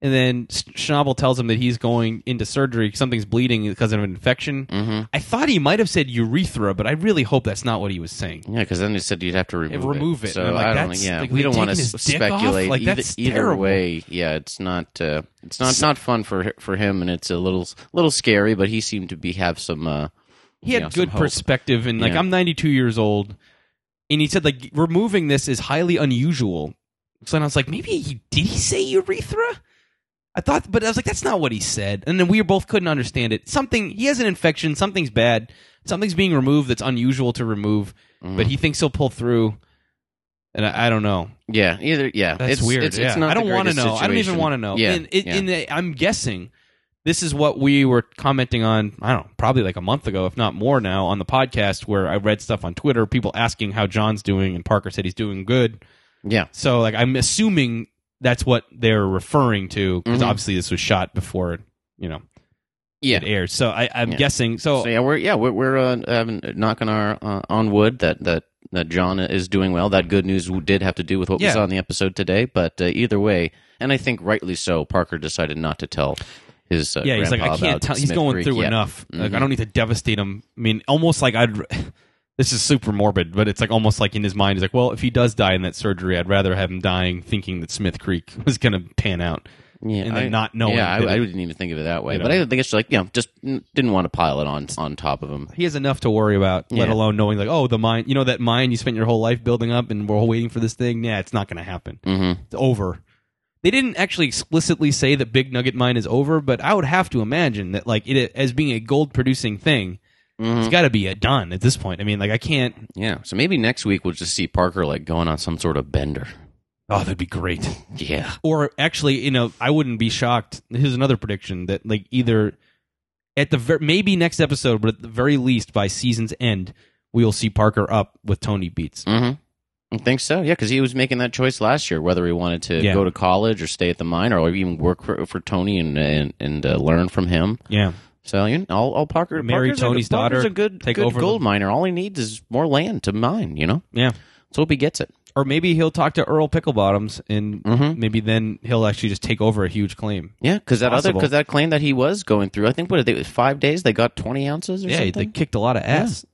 S1: and then S- Schnabel tells him that he's going into surgery. Something's bleeding because of an infection.
S2: Mhm.
S1: I thought he might have said urethra, but I really hope that's not what he was saying.
S2: Yeah, because then you said you'd have to remove,
S1: And remove it.
S2: So
S1: And I'm like,
S2: I don't.
S1: that's-
S2: yeah,
S1: like,
S2: we
S1: they're
S2: don't want to
S1: taking his dick off?
S2: speculate.
S1: Like,
S2: either,
S1: that's
S2: either
S1: terrible.
S2: way, yeah, it's not. Uh, it's not not fun for for him, and it's a little little scary. But he seemed to be have some. Uh,
S1: He had
S2: you know, some
S1: good
S2: hope.
S1: perspective, and like
S2: Yeah.
S1: I'm 92 years old, and he said like removing this is highly unusual. So then I was like, maybe he did he say urethra? I thought, but I was like, that's not what he said. And then we both couldn't understand it. Something he has an infection. Something's bad. Something's being removed that's unusual to remove. but
S2: Mm. mm-hmm.
S1: he thinks he'll pull through. And I, I don't know.
S2: Yeah, either yeah,
S1: That's
S2: it's
S1: weird.
S2: It's,
S1: yeah.
S2: it's not
S1: I don't
S2: want to
S1: know. I don't even want to know.
S2: Yeah,
S1: And it,
S2: yeah.
S1: and the- I'm guessing this is what we were commenting on. I don't know, probably like a month ago, if not more now, on the podcast where I read stuff on Twitter, people asking how John's doing, and Parker said he's doing good.
S2: yeah,
S1: So like I'm assuming that's what they're referring to because
S2: Mhm.
S1: obviously this was shot before you know
S2: Yeah.
S1: it aired. So I, I'm
S2: Yeah.
S1: guessing. So,
S2: So yeah, we're yeah we're, we're uh, having, knocking our uh, on wood that that that John is doing well. That good news did have to do with what we
S1: Yeah.
S2: saw in the episode today, but uh, either way, and I think rightly so, Parker decided not to tell his uh,
S1: yeah, he's like,
S2: grandpa
S1: I can't
S2: about
S1: tell. He's
S2: Smith
S1: going
S2: Creek
S1: through
S2: yet.
S1: enough. Like, I
S2: Mhm.
S1: don't need to devastate him. I mean, almost like I'd. This is super morbid, but it's like almost like in his mind, he's like, well, if he does die in that surgery, I'd rather have him dying thinking that Smith Creek was going to pan out
S2: Yeah,
S1: and
S2: I-
S1: then not knowing.
S2: yeah, I,
S1: that
S2: I
S1: it-
S2: didn't even think of it that way,
S1: You
S2: but
S1: know.
S2: I think it's like you know, just mm, didn't want to pile it on on top of him.
S1: he has enough to worry about, let
S2: Yeah.
S1: alone knowing like, oh, the mine, you know, that mine you spent your whole life building up, and we're all waiting for this thing. Yeah, it's not going to happen.
S2: hmm
S1: It's over. They didn't actually explicitly say that Big Nugget Mine is over, but I would have to imagine that like it as being a gold producing thing,
S2: Mm-hmm.
S1: it's got to be uh, done at this point. I mean, like I can't.
S2: Yeah, so maybe next week we'll just see Parker like going on some sort of bender.
S1: Oh, that'd be great.
S2: Yeah,
S1: Or actually, you know, I wouldn't be shocked. Here's another prediction that like either at the ver- maybe next episode, but at the very least by season's end, we'll see Parker up with Tony Beats.
S2: hmm I think so. Yeah, because he was making that choice last year whether he wanted to
S1: Yeah.
S2: go to college or stay at the mine or even work for, for Tony and and, and uh, learn from him.
S1: Yeah.
S2: So you know, all, all Parker
S1: Marry
S2: Parker's
S1: Tony's
S2: a, Parker's
S1: daughter,
S2: a good,
S1: take
S2: good
S1: over
S2: gold
S1: the-
S2: miner. All he needs is more land to mine. You know,
S1: Yeah.
S2: so hope he gets it.
S1: or maybe he'll talk to Earl Picklebottoms, and
S2: Mhm.
S1: maybe then he'll actually just take over a huge claim.
S2: Yeah, because that other
S1: Possible.
S2: because that claim that he was going through, I think what did they- it was five days. They got twenty ounces or
S1: Yeah, they
S2: something.
S1: kicked a lot of ass.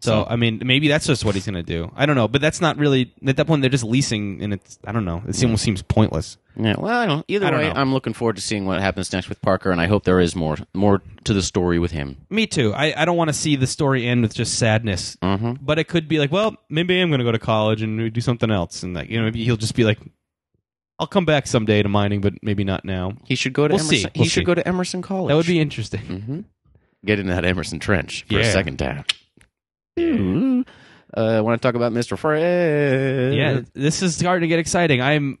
S1: So, I mean, maybe that's just what he's gonna do. I don't know, but that's not really at that point. They're just leasing, and it's I don't know. It almost seems pointless.
S2: yeah, well, I don't. Either
S1: I don't
S2: way,
S1: know.
S2: I'm looking forward to seeing what happens next with Parker, and I hope there is more more to the story with him.
S1: Me too. I, I don't want to see the story end with just sadness.
S2: Mm-hmm.
S1: But it could be like, well, maybe I'm gonna go to college and do something else, and like you know, maybe he'll just be like, I'll come back someday to mining, but maybe not now.
S2: He should go to
S1: We'll see.
S2: Emerson.
S1: We'll
S2: he should
S1: see.
S2: go to Emerson College.
S1: That would be interesting.
S2: hmm Get into that Emerson Trench for a
S1: Yeah.
S2: second time. Ooh. Uh, I want to talk about Mr. Fred.
S1: yeah, this is starting to get exciting. I'm,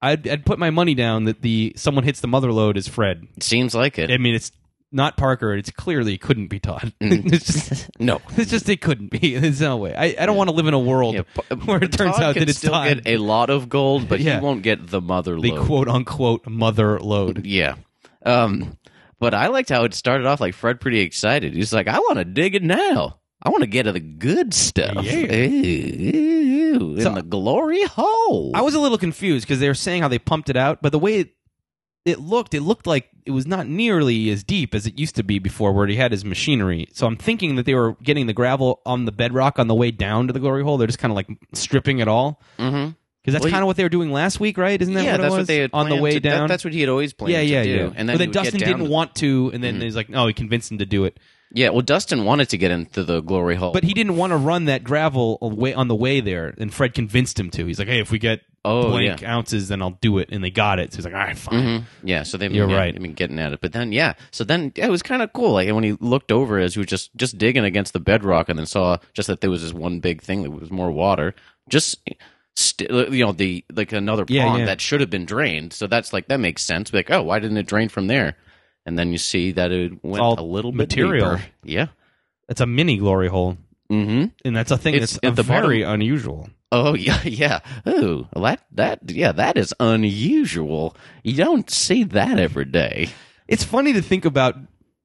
S1: I'd, I'd put my money down that the someone hits the mother load is Fred.
S2: It seems like it.
S1: I mean, it's not Parker. It's clearly couldn't be Todd.
S2: Mm.
S1: it's just,
S2: no.
S1: it's just it couldn't be. There's no way. I, I don't want to live in a world
S2: Yeah, Pa-
S1: where it turns
S2: Todd
S1: out
S2: can
S1: that it's
S2: still
S1: Todd,
S2: get a lot of gold, but
S1: Yeah.
S2: he won't get the mother
S1: the
S2: load.
S1: quote unquote mother load.
S2: Yeah. Um, but I liked how it started off like Fred pretty excited. He's like, I want to dig it now. I want to get to the good stuff.
S1: Yeah.
S2: Ooh, in
S1: So-
S2: the glory hole.
S1: I was a little confused because they were saying how they pumped it out, but the way it, it looked, it looked like it was not nearly as deep as it used to be before, where he had his machinery. So I'm thinking that they were getting the gravel on the bedrock on the way down to the glory hole. They're just kind of like stripping it all
S2: Mhm.
S1: because that's
S2: Well, you-
S1: kind of what they were doing last week, right? Isn't that
S2: yeah,
S1: what it
S2: that's
S1: was
S2: what they had
S1: on the
S2: planned
S1: way
S2: to- that-
S1: down?
S2: that's what he had always planned
S1: yeah, yeah,
S2: to do.
S1: yeah.
S2: And then,
S1: but
S2: he
S1: then
S2: would get
S1: Dustin
S2: down Mm-hmm.
S1: didn't
S2: to-
S1: want to, and then he's like, "No, he convinced him to do it."
S2: Yeah, well, Dustin wanted to get into the glory hole,
S1: But he didn't want to run that gravel away on the way there, and Fred convinced him to. He's like, "Hey, if we get
S2: oh
S1: blank ounces, then I'll do it." And they got it. So he's like, "All right,
S2: yeah,
S1: fine."
S2: hmm yeah. So they've been,
S1: You're
S2: yeah,
S1: right.
S2: they've been getting at it, but then yeah, so then yeah, it was kind of cool. Like when he looked over as he was just just digging against the bedrock, and then saw just that there was this one big thing that was more water, just. St- you know the like another pond
S1: Yeah, yeah.
S2: that should have been drained so that's like that makes sense like oh why didn't it drain from there and then you see that it went
S1: all
S2: a little
S1: material.
S2: bit deeper. yeah
S1: That's a mini glory hole,
S2: mm-hmm
S1: and that's a thing
S2: It's
S1: that's
S2: at the
S1: very unusual.
S2: Oh yeah, yeah. Ooh, that that yeah, that is unusual. You don't see that every day.
S1: It's funny to think about.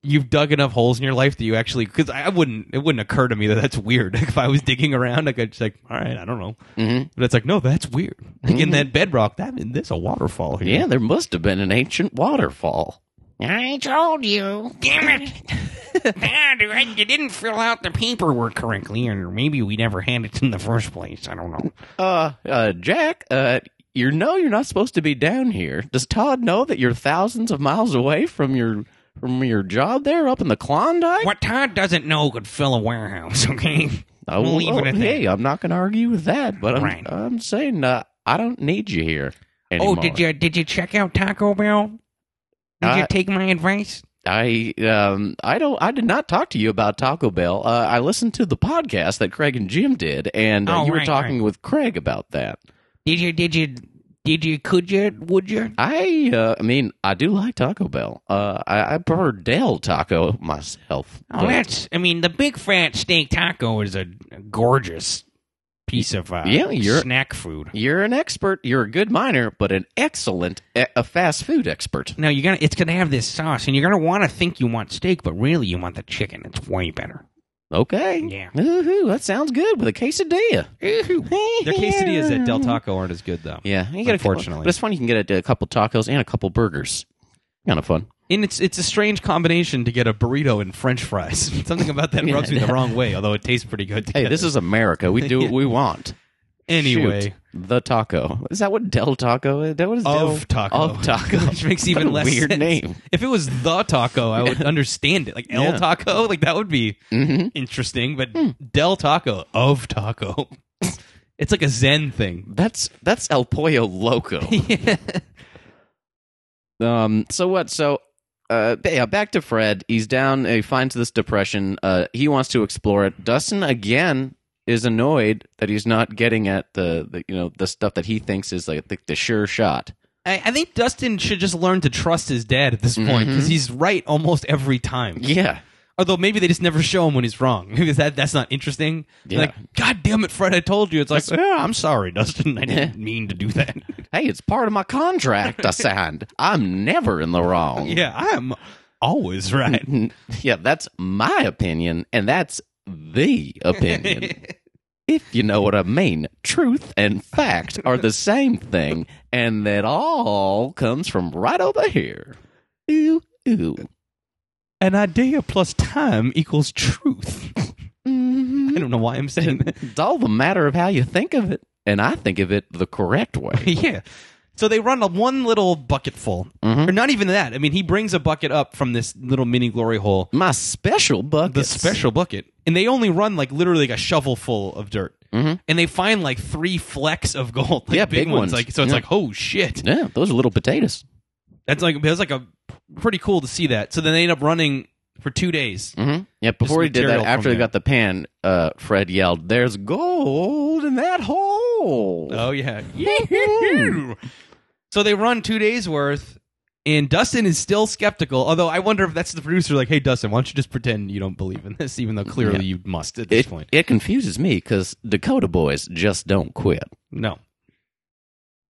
S1: You've dug enough holes in your life that you actually because I I wouldn't it wouldn't occur to me that that's weird. if I was digging around, I could just like, all right, I don't know.
S2: hmm
S1: But it's like, no, that's weird. Like in
S2: Mhm.
S1: that bedrock, that there's a waterfall here.
S2: Yeah, there must have been an ancient waterfall.
S3: I told you. Damn it. Dad, you didn't fill out the paperwork correctly, or maybe we never had it in the first place. I don't know.
S2: Uh, uh, Jack, uh, you know you're not supposed to be down here. Does Todd know that you're thousands of miles away from your from your job there up in the Klondike?
S3: What Todd doesn't know could fill a warehouse, okay?
S2: I
S3: We'll leave it at that.
S2: Oh, Hey, I'm not going to argue with that, but I'm
S3: Right.
S2: I'm saying uh, I don't need you here. Anymore.
S3: Oh, did you did you check out Taco Bell? Did
S2: Uh,
S3: you take my advice?
S2: I um I don't I did not talk to you about Taco Bell. Uh, I listened to the podcast that Craig and Jim did, and uh,
S3: Oh,
S2: you were
S3: right,
S2: talking with Craig about that.
S3: Did you did you did you could you would you?
S2: I uh, I mean I do like Taco Bell. Uh, I, I prefer Del Taco myself.
S3: Oh,
S2: but-
S3: that's I mean the big fat steak taco is a gorgeous
S1: piece
S3: of uh,
S2: Yeah, you're-
S3: snack food.
S2: You're an expert. You're a good miner, but an excellent e- a fast food expert.
S3: No, you're gonna. It's gonna have this sauce, and you're gonna want to think you want steak, but really you want the chicken. It's way better.
S2: Okay.
S3: Yeah.
S2: Ooh, that sounds good with a quesadilla.
S1: Their quesadillas at Del Taco aren't as good though.
S2: Yeah, you get a couple-
S1: Unfortunately.
S2: but it's fun. You can get a, a couple tacos and a couple burgers. Kind of fun.
S1: And it's it's a strange combination to get a burrito and French fries. Something about that rubs me the wrong way, although it tastes pretty good.
S2: Hey, this
S1: together.
S2: is America. We do what we want.
S1: anyway
S2: Shoot. the taco is that what Del Taco is? That what is
S1: of
S2: Del?
S1: taco
S2: Of taco,
S1: which makes
S2: What a
S1: even less
S2: weird
S1: sense.
S2: name.
S1: If it was the taco, I would understand it. Like El
S2: Yeah.
S1: Taco, like that would be
S2: hmm
S1: interesting. But Del Taco of Taco, it's like a Zen thing.
S2: That's that's El Pollo Loco.
S1: yeah.
S2: Um. So what? So, uh, ba- yeah, back to Fred. He's down. He finds this depression. Uh, he wants to explore it. Dustin again is annoyed that he's not getting at the, the you know the stuff that he thinks is like the, the sure shot.
S1: I, I think Dustin should just learn to trust his dad at this point because he's right almost every time.
S2: Mm-hmm. Yeah.
S1: Although maybe they just never show him when he's wrong because that that's not interesting. They're
S2: Yeah.
S1: Like, God damn it, Fred! I told you. It's like, "Yeah, I'm sorry, Dustin. I didn't mean to do that.
S2: Hey, it's part of my contract I signed. I'm never in the wrong.
S1: yeah, I'm always right.
S2: Yeah, that's my opinion, and that's the opinion. if you know what I mean. Truth and fact are the same thing, and that all comes from right over here. Ooh, ooh.
S1: An idea plus time equals truth.
S2: Mhm.
S1: I don't know why I'm saying that.
S2: It's all the matter of how you think of it, and I think of it the correct way.
S1: yeah. So they run a one little bucket full,
S2: Mhm.
S1: or not even that. I mean, he brings a bucket up from this little mini glory hole,
S2: My special bucket.
S1: the special bucket, and they only run like literally like a shovel full of dirt,
S2: Mhm.
S1: and they find like three flecks of gold, like
S2: Yeah,
S1: big,
S2: big
S1: ones.
S2: ones.
S1: Like so, it's
S2: Yeah.
S1: like oh shit,
S2: Yeah, those are little potatoes.
S1: that's like that's like a pretty cool to see that. So then they end up running for two days.
S2: Mm-hmm. Yeah, before he did
S1: material
S2: that,
S1: from
S2: after he
S1: there.
S2: got the pan, uh, Fred yelled, There's gold in that hole.
S1: Oh yeah, Yee-hoo-hoo. so they run two days worth. And Dustin is still skeptical, although I wonder if that's the producer. Like, hey, Dustin, why don't you just pretend you don't believe in this, even though clearly
S2: Yeah.
S1: you must at this
S2: it,
S1: point.
S2: it confuses me because Dakota boys just don't quit.
S1: No,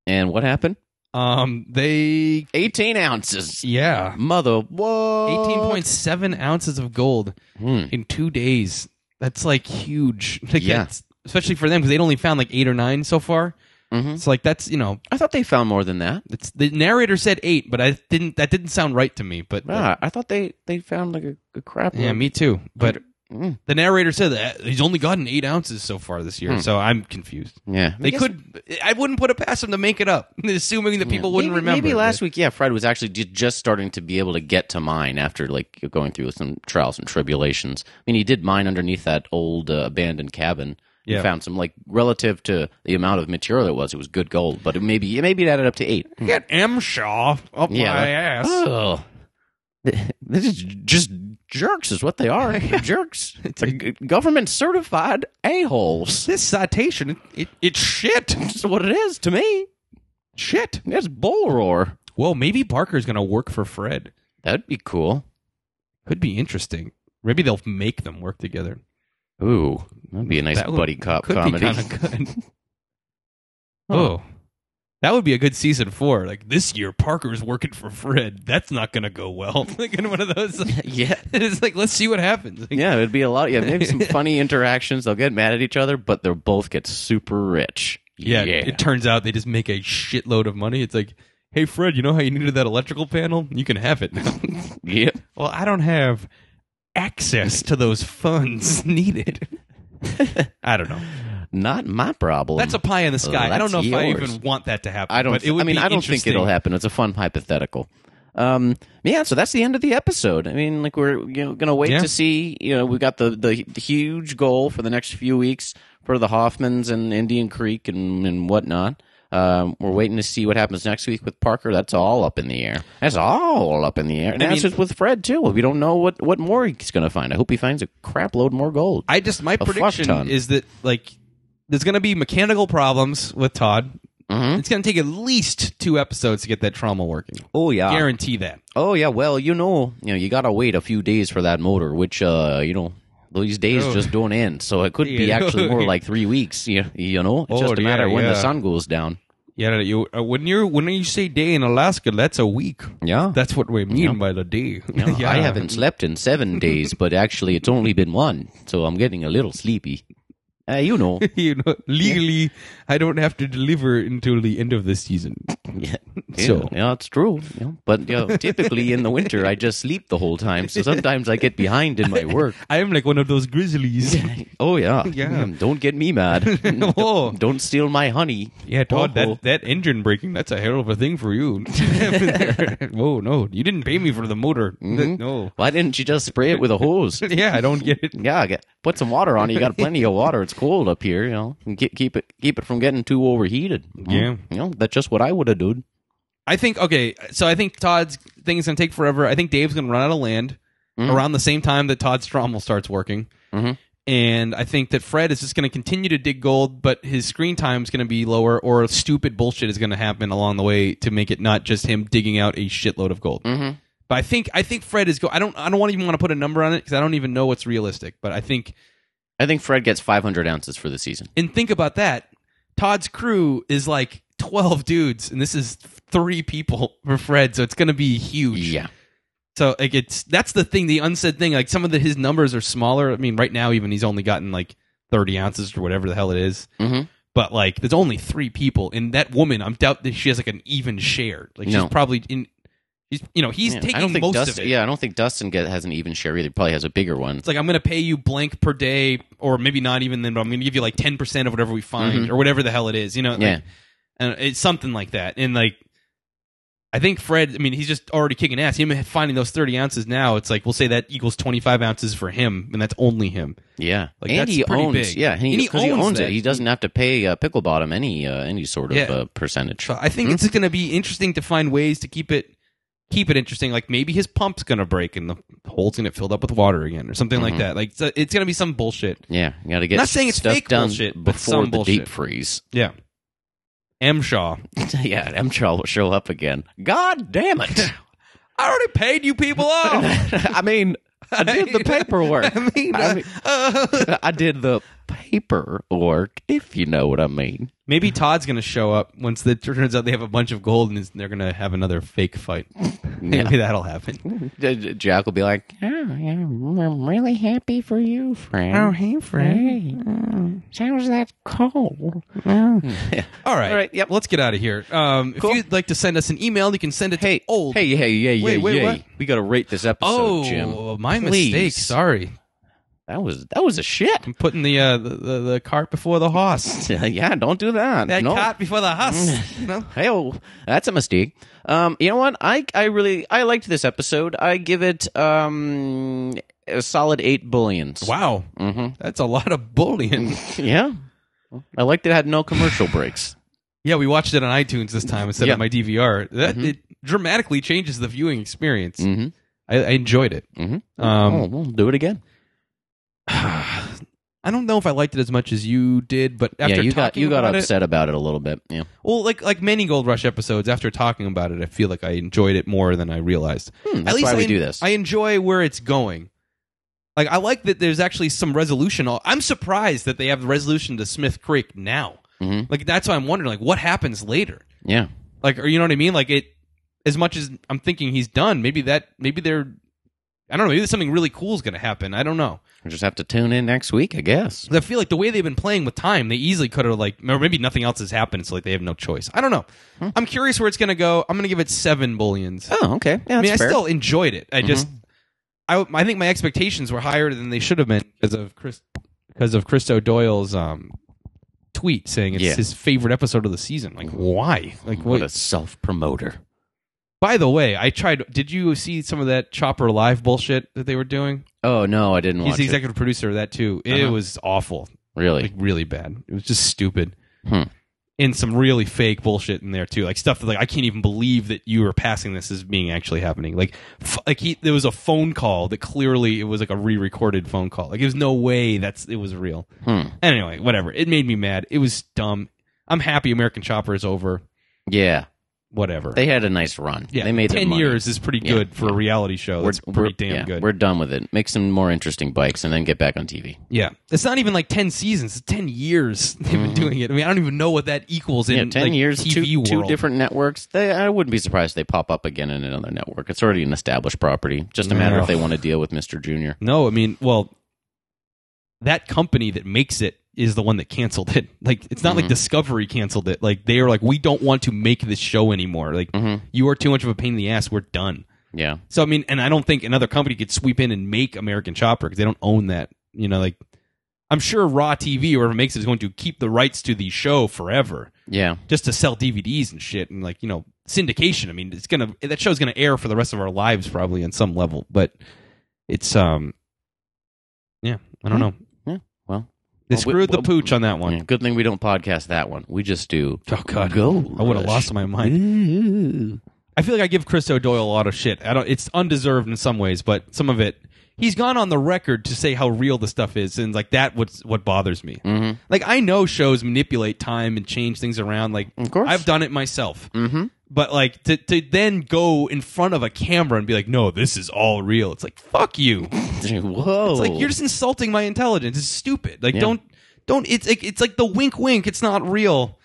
S2: And what happened?
S1: um, they
S2: 18 ounces.
S1: yeah,
S2: Mother, whoa.
S1: eighteen point seven ounces of gold
S2: Hmm.
S1: in two days. That's like huge. Like
S2: Yeah.
S1: that's- especially for them because they'd only found like eight or nine so far.
S2: Mhm.
S1: It's like that's you know,
S2: I thought they found more than that.
S1: it's the narrator said eight, but I didn't. That didn't sound right to me. But uh,
S2: Ah, I thought they, they found like a, a crap.
S1: yeah, me too. But
S2: Mm.
S1: the narrator said that he's only gotten eight ounces so far this year,
S2: Hmm.
S1: so I'm confused.
S2: Yeah. I
S1: They
S2: guess-
S1: could. I wouldn't put it past them to make it up, assuming that
S2: yeah.
S1: people wouldn't
S2: Maybe-
S1: remember.
S2: Maybe last week, yeah, Fred was actually ju- just starting to be able to get to mine after like going through some trials and tribulations. I mean, he did mine underneath that old uh, abandoned cabin. He
S1: Yeah.
S2: found some like relative to the amount of material that was, it was good gold, but it maybe maybe it added up to eight.
S3: Get M. Shaw up
S2: Yeah,
S3: my
S2: that-
S3: ass.
S2: Oh, this is just jerks, is what they are. They're jerks. It's government certified a holes.
S1: this citation, it, it's shit.
S2: That's what it is to me. Shit, that's bull roar.
S1: Well, maybe Barker's going to work for Fred.
S2: That'd be cool.
S1: Could be interesting. Maybe they'll make them work together.
S2: Ooh, that'd be a nice
S1: That would-
S2: buddy cop
S1: Could
S2: comedy.
S1: be kind of good. Oh, that would be a good season four. Like this year, Parker's working for Fred. That's not going to go well. like in one of those. like-
S2: yeah,
S1: it's like let's see what happens. Like,
S2: yeah, it'd be a lot. Yeah, maybe some funny interactions. They'll get mad at each other, but they'll both get super rich.
S1: yeah, It turns out they just make a shitload of money. It's like, hey Fred, you know how you needed that electrical panel? You can have it now.
S2: yeah.
S1: well, I don't have access to those funds needed. I don't know.
S2: Not my problem.
S1: That's a pie in the sky. I don't know
S2: that's
S1: if I
S2: yours.
S1: even want that to happen.
S2: I don't.
S1: But it would
S2: I mean,
S1: be
S2: I don't think
S1: interesting.
S2: it'll happen. It's a fun hypothetical. Um, yeah. So that's the end of the episode. I mean, like we're you know gonna wait
S1: Yeah.
S2: to see. You know, we got the, the the huge goal for the next few weeks for the Hoffmans and Indian Creek and and whatnot. Um, we're waiting to see what happens next week with Parker. That's all up in the air. That's all up in the air. And
S1: I mean-
S2: that's just with Fred too. We don't know what what more he's gonna find. I hope he finds a crap load more gold.
S1: I just my
S2: fuck
S1: prediction
S2: ton.
S1: is that like there's going to be mechanical problems with Todd.
S2: Mhm.
S1: It's going to take at least two episodes to get that trauma working.
S2: Oh yeah.
S1: Guarantee that.
S2: Oh yeah, well, you know, you know, you gotta wait a few days for that motor, which uh, you know, These days
S1: Oh.
S2: just don't end, so it could be
S1: Yeah.
S2: actually more like three weeks. You, you know, it's
S1: Oh,
S2: just a matter of
S1: yeah,
S2: when the
S1: yeah.
S2: sun goes down.
S1: Yeah, you uh, when you when you say day in Alaska, that's a week.
S2: Yeah,
S1: That's what we mean
S2: Yeah.
S1: by the day.
S2: Yeah,
S1: Yeah.
S2: Uh, I haven't slept in seven days, but actually it's only been one, so I'm getting a little sleepy. Uh, you know,
S1: you know, legally, I don't have to deliver until the end of the season.
S2: yeah,
S1: So-
S2: yeah, it's true. Yeah. But you know, typically in the winter I just sleep the whole time, so sometimes I get behind in my work.
S1: I am like one of those grizzlies.
S2: Oh yeah,
S1: Yeah.
S2: Mm, don't get me mad.
S1: Oh.
S2: don't, don't steal my honey.
S1: Yeah, Todd,
S2: Oh.
S1: that, that engine braking, that's a hell of a thing for you. Whoa, no, you didn't pay me for the motor.
S2: Mhm.
S1: No.
S2: Why didn't you just spray it with a hose?
S1: Yeah, I don't get it.
S2: Yeah, get, put some water on. it. You got plenty of water. It's cold up here. You know, And keep, keep it keep it from getting too overheated.
S1: Yeah.
S2: you know that's just what I would have done.
S1: I think, okay, so I think Todd's thing is going to take forever. I think Dave's going to run out of land
S2: Mhm.
S1: around the same time that Todd Strommel starts working.
S2: Mhm.
S1: And I think that Fred is just going to continue to dig gold, but his screen time is going to be lower, or stupid bullshit is going to happen along the way to make it not just him digging out a shitload of gold.
S2: Mm-hmm.
S1: But I think I think Fred is go. I don't I don't want even want to put a number on it because I don't even know what's realistic. But I think
S2: I think Fred gets 500 ounces for the season.
S1: and think about that. Todd's crew is like twelve dudes, and this is three people for Fred, so it's going to be huge. So like it's that's the thing, the unsaid thing. Like some of the, his numbers are smaller. I mean, right now even he's only gotten like thirty ounces or whatever the hell it is.
S2: Mhm.
S1: But like, there's only three people, and that woman, I'm doubt that she has like an even share. Like
S2: No.
S1: she's probably in. He's, you know, he's
S2: Yeah, I don't
S1: taking
S2: think
S1: most
S2: Dustin,
S1: of it.
S2: Yeah, I don't think Dustin get, has an even share either. Probably has a bigger one.
S1: It's like I'm going to pay you blank per day, or maybe not even then, but I'm going to give you like ten percent of whatever we find,
S2: Mhm.
S1: or whatever the hell it is. You know, like,
S2: Yeah.
S1: and it's something like that. And like, I think Fred. I mean, he's just already kicking ass. Him finding those thirty ounces now. It's like we'll say that equals twenty five ounces for him, and that's only him.
S2: Yeah,
S1: Like,
S2: and
S1: that's
S2: he
S1: pretty
S2: owns.
S1: big.
S2: Yeah, he,
S1: And he
S2: 'cause he
S1: owns
S2: owns it.
S1: that.
S2: He doesn't have to pay uh, pickle bottom any uh, any sort of
S1: Yeah.
S2: uh, percentage.
S1: So I think it's going to be interesting to find ways to keep it keep it interesting. Like maybe his pump's going to break and the hole's going to get filled up with water again, or something like
S2: Mhm.
S1: that. Like so it's going to be some bullshit.
S2: Yeah, you got to get
S1: Not saying it's
S2: stuff
S1: fake
S2: done
S1: bullshit, but
S2: before
S1: some
S2: the
S1: bullshit.
S2: deep freeze.
S1: Yeah. M. Shaw.
S2: yeah, M. Charles will show up again. God damn it!
S1: I already paid you people off.
S2: I mean, Oh. I did the paperwork.
S1: I mean,
S2: I
S1: uh,
S2: mean-
S1: uh,
S2: I did the paperwork, if you know what I mean.
S1: maybe Todd's gonna show up once it turns out they have a bunch of gold and it's- they're gonna have another fake fight. Maybe that'll happen.
S2: J- J- Jack will be like,
S5: Oh, yeah, I'm really happy for you, friend.
S1: hey,
S5: Hey, sounds that cold.
S1: All right.
S2: All right, yep.
S1: Let's get out of here. Um,
S2: Cool.
S1: If you'd like to send us an email, you can send it
S2: Hey,
S1: to old.
S2: Hey, hey, yeah, yeah,
S1: Wait, wait,
S2: yeah.
S1: what?
S2: We got to rate this episode,
S1: oh,
S2: Jim.
S1: my
S2: Please.
S1: mistake. Sorry.
S2: That was that was a shit.
S1: I'm putting the, uh, the, the, the cart before the horse.
S2: yeah, don't do that.
S1: That
S2: no.
S1: cart before the horse. no.
S2: Hey, oh, that's a mistake. Um, you know what? I I really I liked this episode. I give it um a solid eight billions.
S1: Wow.
S2: Mm-hmm.
S1: That's a lot of bullying.
S2: Yeah, I liked it. Had no commercial breaks.
S1: Yeah, we watched it on iTunes this time instead
S2: Yeah.
S1: of my DVR. That it dramatically changes the viewing experience.
S2: Mm-hmm.
S1: I, I enjoyed it.
S2: Mhm. oh,
S1: Um,
S2: we'll do it again.
S1: I don't know if I liked it as much as you did, but after
S2: yeah, you got
S1: talking
S2: you got
S1: about
S2: upset about it a little bit. Yeah.
S1: it, well, like like many Gold Rush episodes, after talking about it, I feel like I enjoyed it more than I realized.
S2: Hmm,
S1: At
S2: that's
S1: least
S2: why
S1: I
S2: we
S1: en-
S2: do this.
S1: I enjoy where it's going. Like I like that there's actually some resolution. Al- I'm surprised that they have resolution to Smith Creek now.
S2: Mhm.
S1: Like that's why I'm wondering, like, what happens later?
S2: yeah.
S1: like or you know what i mean like it as much as i'm thinking he's done maybe that maybe they're i don't know maybe something really cool is going to happen i don't know
S2: We just have to tune in next week, I guess.
S1: 'Cause i feel like the way they've been playing with time they easily could have like or maybe nothing else has happened so like they have no choice i don't know i'm curious where it's going to go i'm going to give it seven bullions
S2: Oh, okay. Yeah,
S1: i mean
S2: Hmm. that's
S1: i
S2: fair. Mm-hmm.
S1: still enjoyed it i just I, I think my expectations were higher than they should have been because of chris because of christo doyle's um tweet saying it's
S2: Yeah. Mm-hmm.
S1: his favorite episode of the season like why like
S2: what a self promoter.
S1: By the way, I tried. Did you see some of that Chopper Live bullshit that they were doing?
S2: Oh no, I didn't
S1: He's
S2: watch
S1: the
S2: it.
S1: executive producer of that too. It
S2: Uh-huh.
S1: was awful, like
S2: Really?
S1: really bad. It was just stupid,
S2: Hmm.
S1: and some really fake bullshit in there too. Like stuff that like I can't even believe that you were passing this as being actually happening. Like, f- like he there was a phone call that clearly it was like a re-recorded phone call. Like there's no way that's it was real.
S2: Hmm.
S1: Anyway, whatever. It made me mad. It was dumb. I'm happy American Chopper is over.
S2: Yeah.
S1: whatever.
S2: They had a nice run.
S1: yeah,
S2: they made their
S1: ten
S2: money.
S1: years is pretty
S2: Yeah,
S1: good for a reality show. That's pretty damn
S2: yeah,
S1: good.
S2: We're done with it. Make some more interesting bikes and then get back on TV.
S1: Yeah, it's not even like ten seasons. It's ten years they've been doing it. I mean, I don't even know what that equals in
S2: Mm-hmm. yeah, ten
S1: like,
S2: years,
S1: TV
S2: two,
S1: world.
S2: two different networks. They, I wouldn't be surprised if they pop up again in another network. It's already an established property. Just a matter
S1: Yeah.
S2: if they want to deal with Mister Junior.
S1: No, I mean, well, that company that makes it is the one that canceled it. Like, it's not like
S2: Mhm.
S1: Discovery canceled it. Like, they are like, we don't want to make this show anymore. Like,
S2: Mm-hmm.
S1: you are too much of a pain in the ass. We're done.
S2: Yeah,
S1: So, I mean, and I don't think another company could sweep in and make American Chopper because they don't own that. You know, like, I'm sure Raw TV, whoever makes it, is going to keep the rights to the show forever
S2: yeah.
S1: just to sell DVDs and shit and like you know syndication. I mean, it's gonna that show's gonna air for the rest of our lives probably on some level, but it's um, yeah, I don't know.
S2: Yeah,
S1: they
S2: well, well, we-
S1: screwed
S2: well,
S1: the pooch on that one.
S2: Yeah, Good thing we don't podcast that one. We just do.
S1: Oh god,
S2: Go.
S1: I would have lost my mind. I feel like I give Christo Doyle a lot of shit. I don't. It's undeserved in some ways, but some of it. He's gone on the record to say how real the stuff is, and like that, what's what bothers me.
S2: Mhm.
S1: Like I know shows manipulate time and change things around. Like
S2: Of course.
S1: I've done it myself.
S2: Mm-hmm.
S1: But like to to then go in front of a camera and be like, no, this is all real. It's like fuck you. It's
S2: Mm-hmm. Whoa.
S1: like you're just insulting my intelligence. It's stupid. Like
S2: Yeah.
S1: don't don't. It's like it's like the wink wink. It's not real.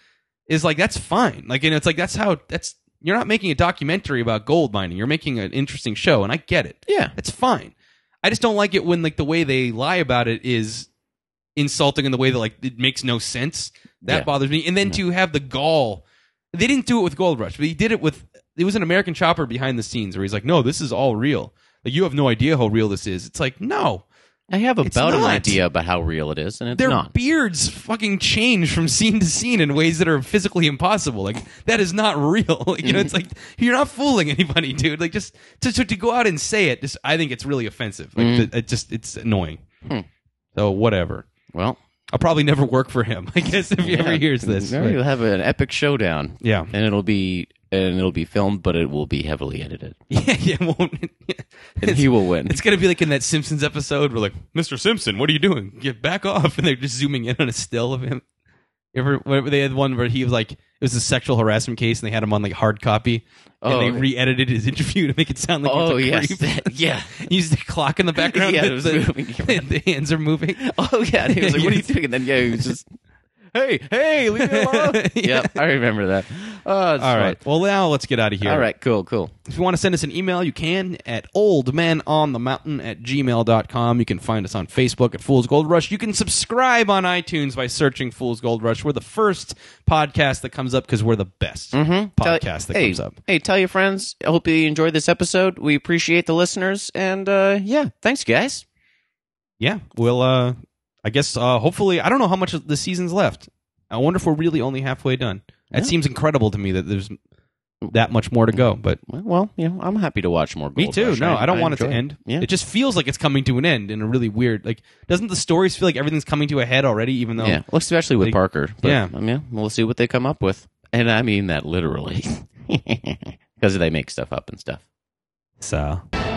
S1: Is like that's fine. Like and it's like that's how that's you're not making a documentary about gold mining. You're making an interesting show, and I get it.
S2: Yeah.
S1: That's fine. I just don't like it when like the way they lie about it is insulting in the way that like it makes no sense. That
S2: Yeah.
S1: bothers me. And then to have the gall, they didn't do it with Gold Rush, but he did it with it was an American Chopper behind the scenes where he's like, no, this is all real. Like you have no idea how real this is. It's like no,
S2: I have
S1: It's
S2: about an
S1: not.
S2: idea about how real it is, and it's
S1: their
S2: not.
S1: beards fucking change from scene to scene in ways that are physically impossible. Like that is not real. Like, you know, it's
S2: Mm-hmm.
S1: like you're not fooling anybody, dude. Like just to to, to go out and say it, just I think it's really offensive. Like
S2: Mm.
S1: the- it just it's annoying.
S2: Hmm.
S1: So whatever.
S2: well,
S1: I'll probably never work for him. I guess if he ever
S2: yeah.
S1: hears this.
S2: Now
S1: But-
S2: you'll have an epic showdown,
S1: yeah.
S2: and it'll be and it'll be filmed, but it will be heavily edited,
S1: Yeah, yeah, won't,
S2: and he will win.
S1: It's gonna be like in that Simpsons episode where like, Mr. Simpson, what are you doing? Get back off! And they're just zooming in on a still of him. You Ever whatever they had one where he was like, it was a sexual harassment case, and they had him on like hard copy, and
S2: Oh.
S1: they re-edited his interview to make it sound like he was
S2: oh
S1: a
S2: yes,
S1: creep.
S2: that- yeah.
S1: Used the clock in the background.
S2: Yeah,
S1: that
S2: it was
S1: the,
S2: moving around.
S1: the hands are moving.
S2: Oh yeah, and he was like, "What are you
S1: Yes.
S2: doing?" And then yeah, he was just, "Hey, hey, leave me alone."
S1: Yeah.
S2: yep, I remember that. Oh, it's
S1: All
S2: fun.
S1: right. Well, now let's get out of here.
S2: all right, cool, cool.
S1: If you want to send us an email, you can at oldmenonthemountain at gmail.com. You can find us on Facebook at Fool's Gold Rush. You can subscribe on iTunes by searching Fool's Gold Rush. We're the first podcast that comes up because we're the best
S2: Mm-hmm. Tell-
S1: podcast that
S2: hey,
S1: comes up.
S2: Hey, tell your friends. I hope you enjoyed this episode. We appreciate the listeners, and uh, yeah, thanks, guys.
S1: Yeah. Well, uh, I guess uh, hopefully, I don't know how much of the season's left. I wonder if we're really only halfway done. That seems incredible to me that there's that much more to go, but.
S2: Well, Well, you know, I'm happy to watch more. Gold
S1: Me too.
S2: Rush.
S1: No, I, don't want it to
S2: enjoy
S1: end.
S2: Yeah.
S1: It just feels like it's coming to an end in a really weird. Like, doesn't the stories feel like everything's coming to a head already? Even though,
S2: Yeah, well, especially with
S1: They-
S2: Parker. But,
S1: Yeah.
S2: um, yeah. We'll see what they come up with, and I mean that literally, because they make stuff up and stuff.
S1: so.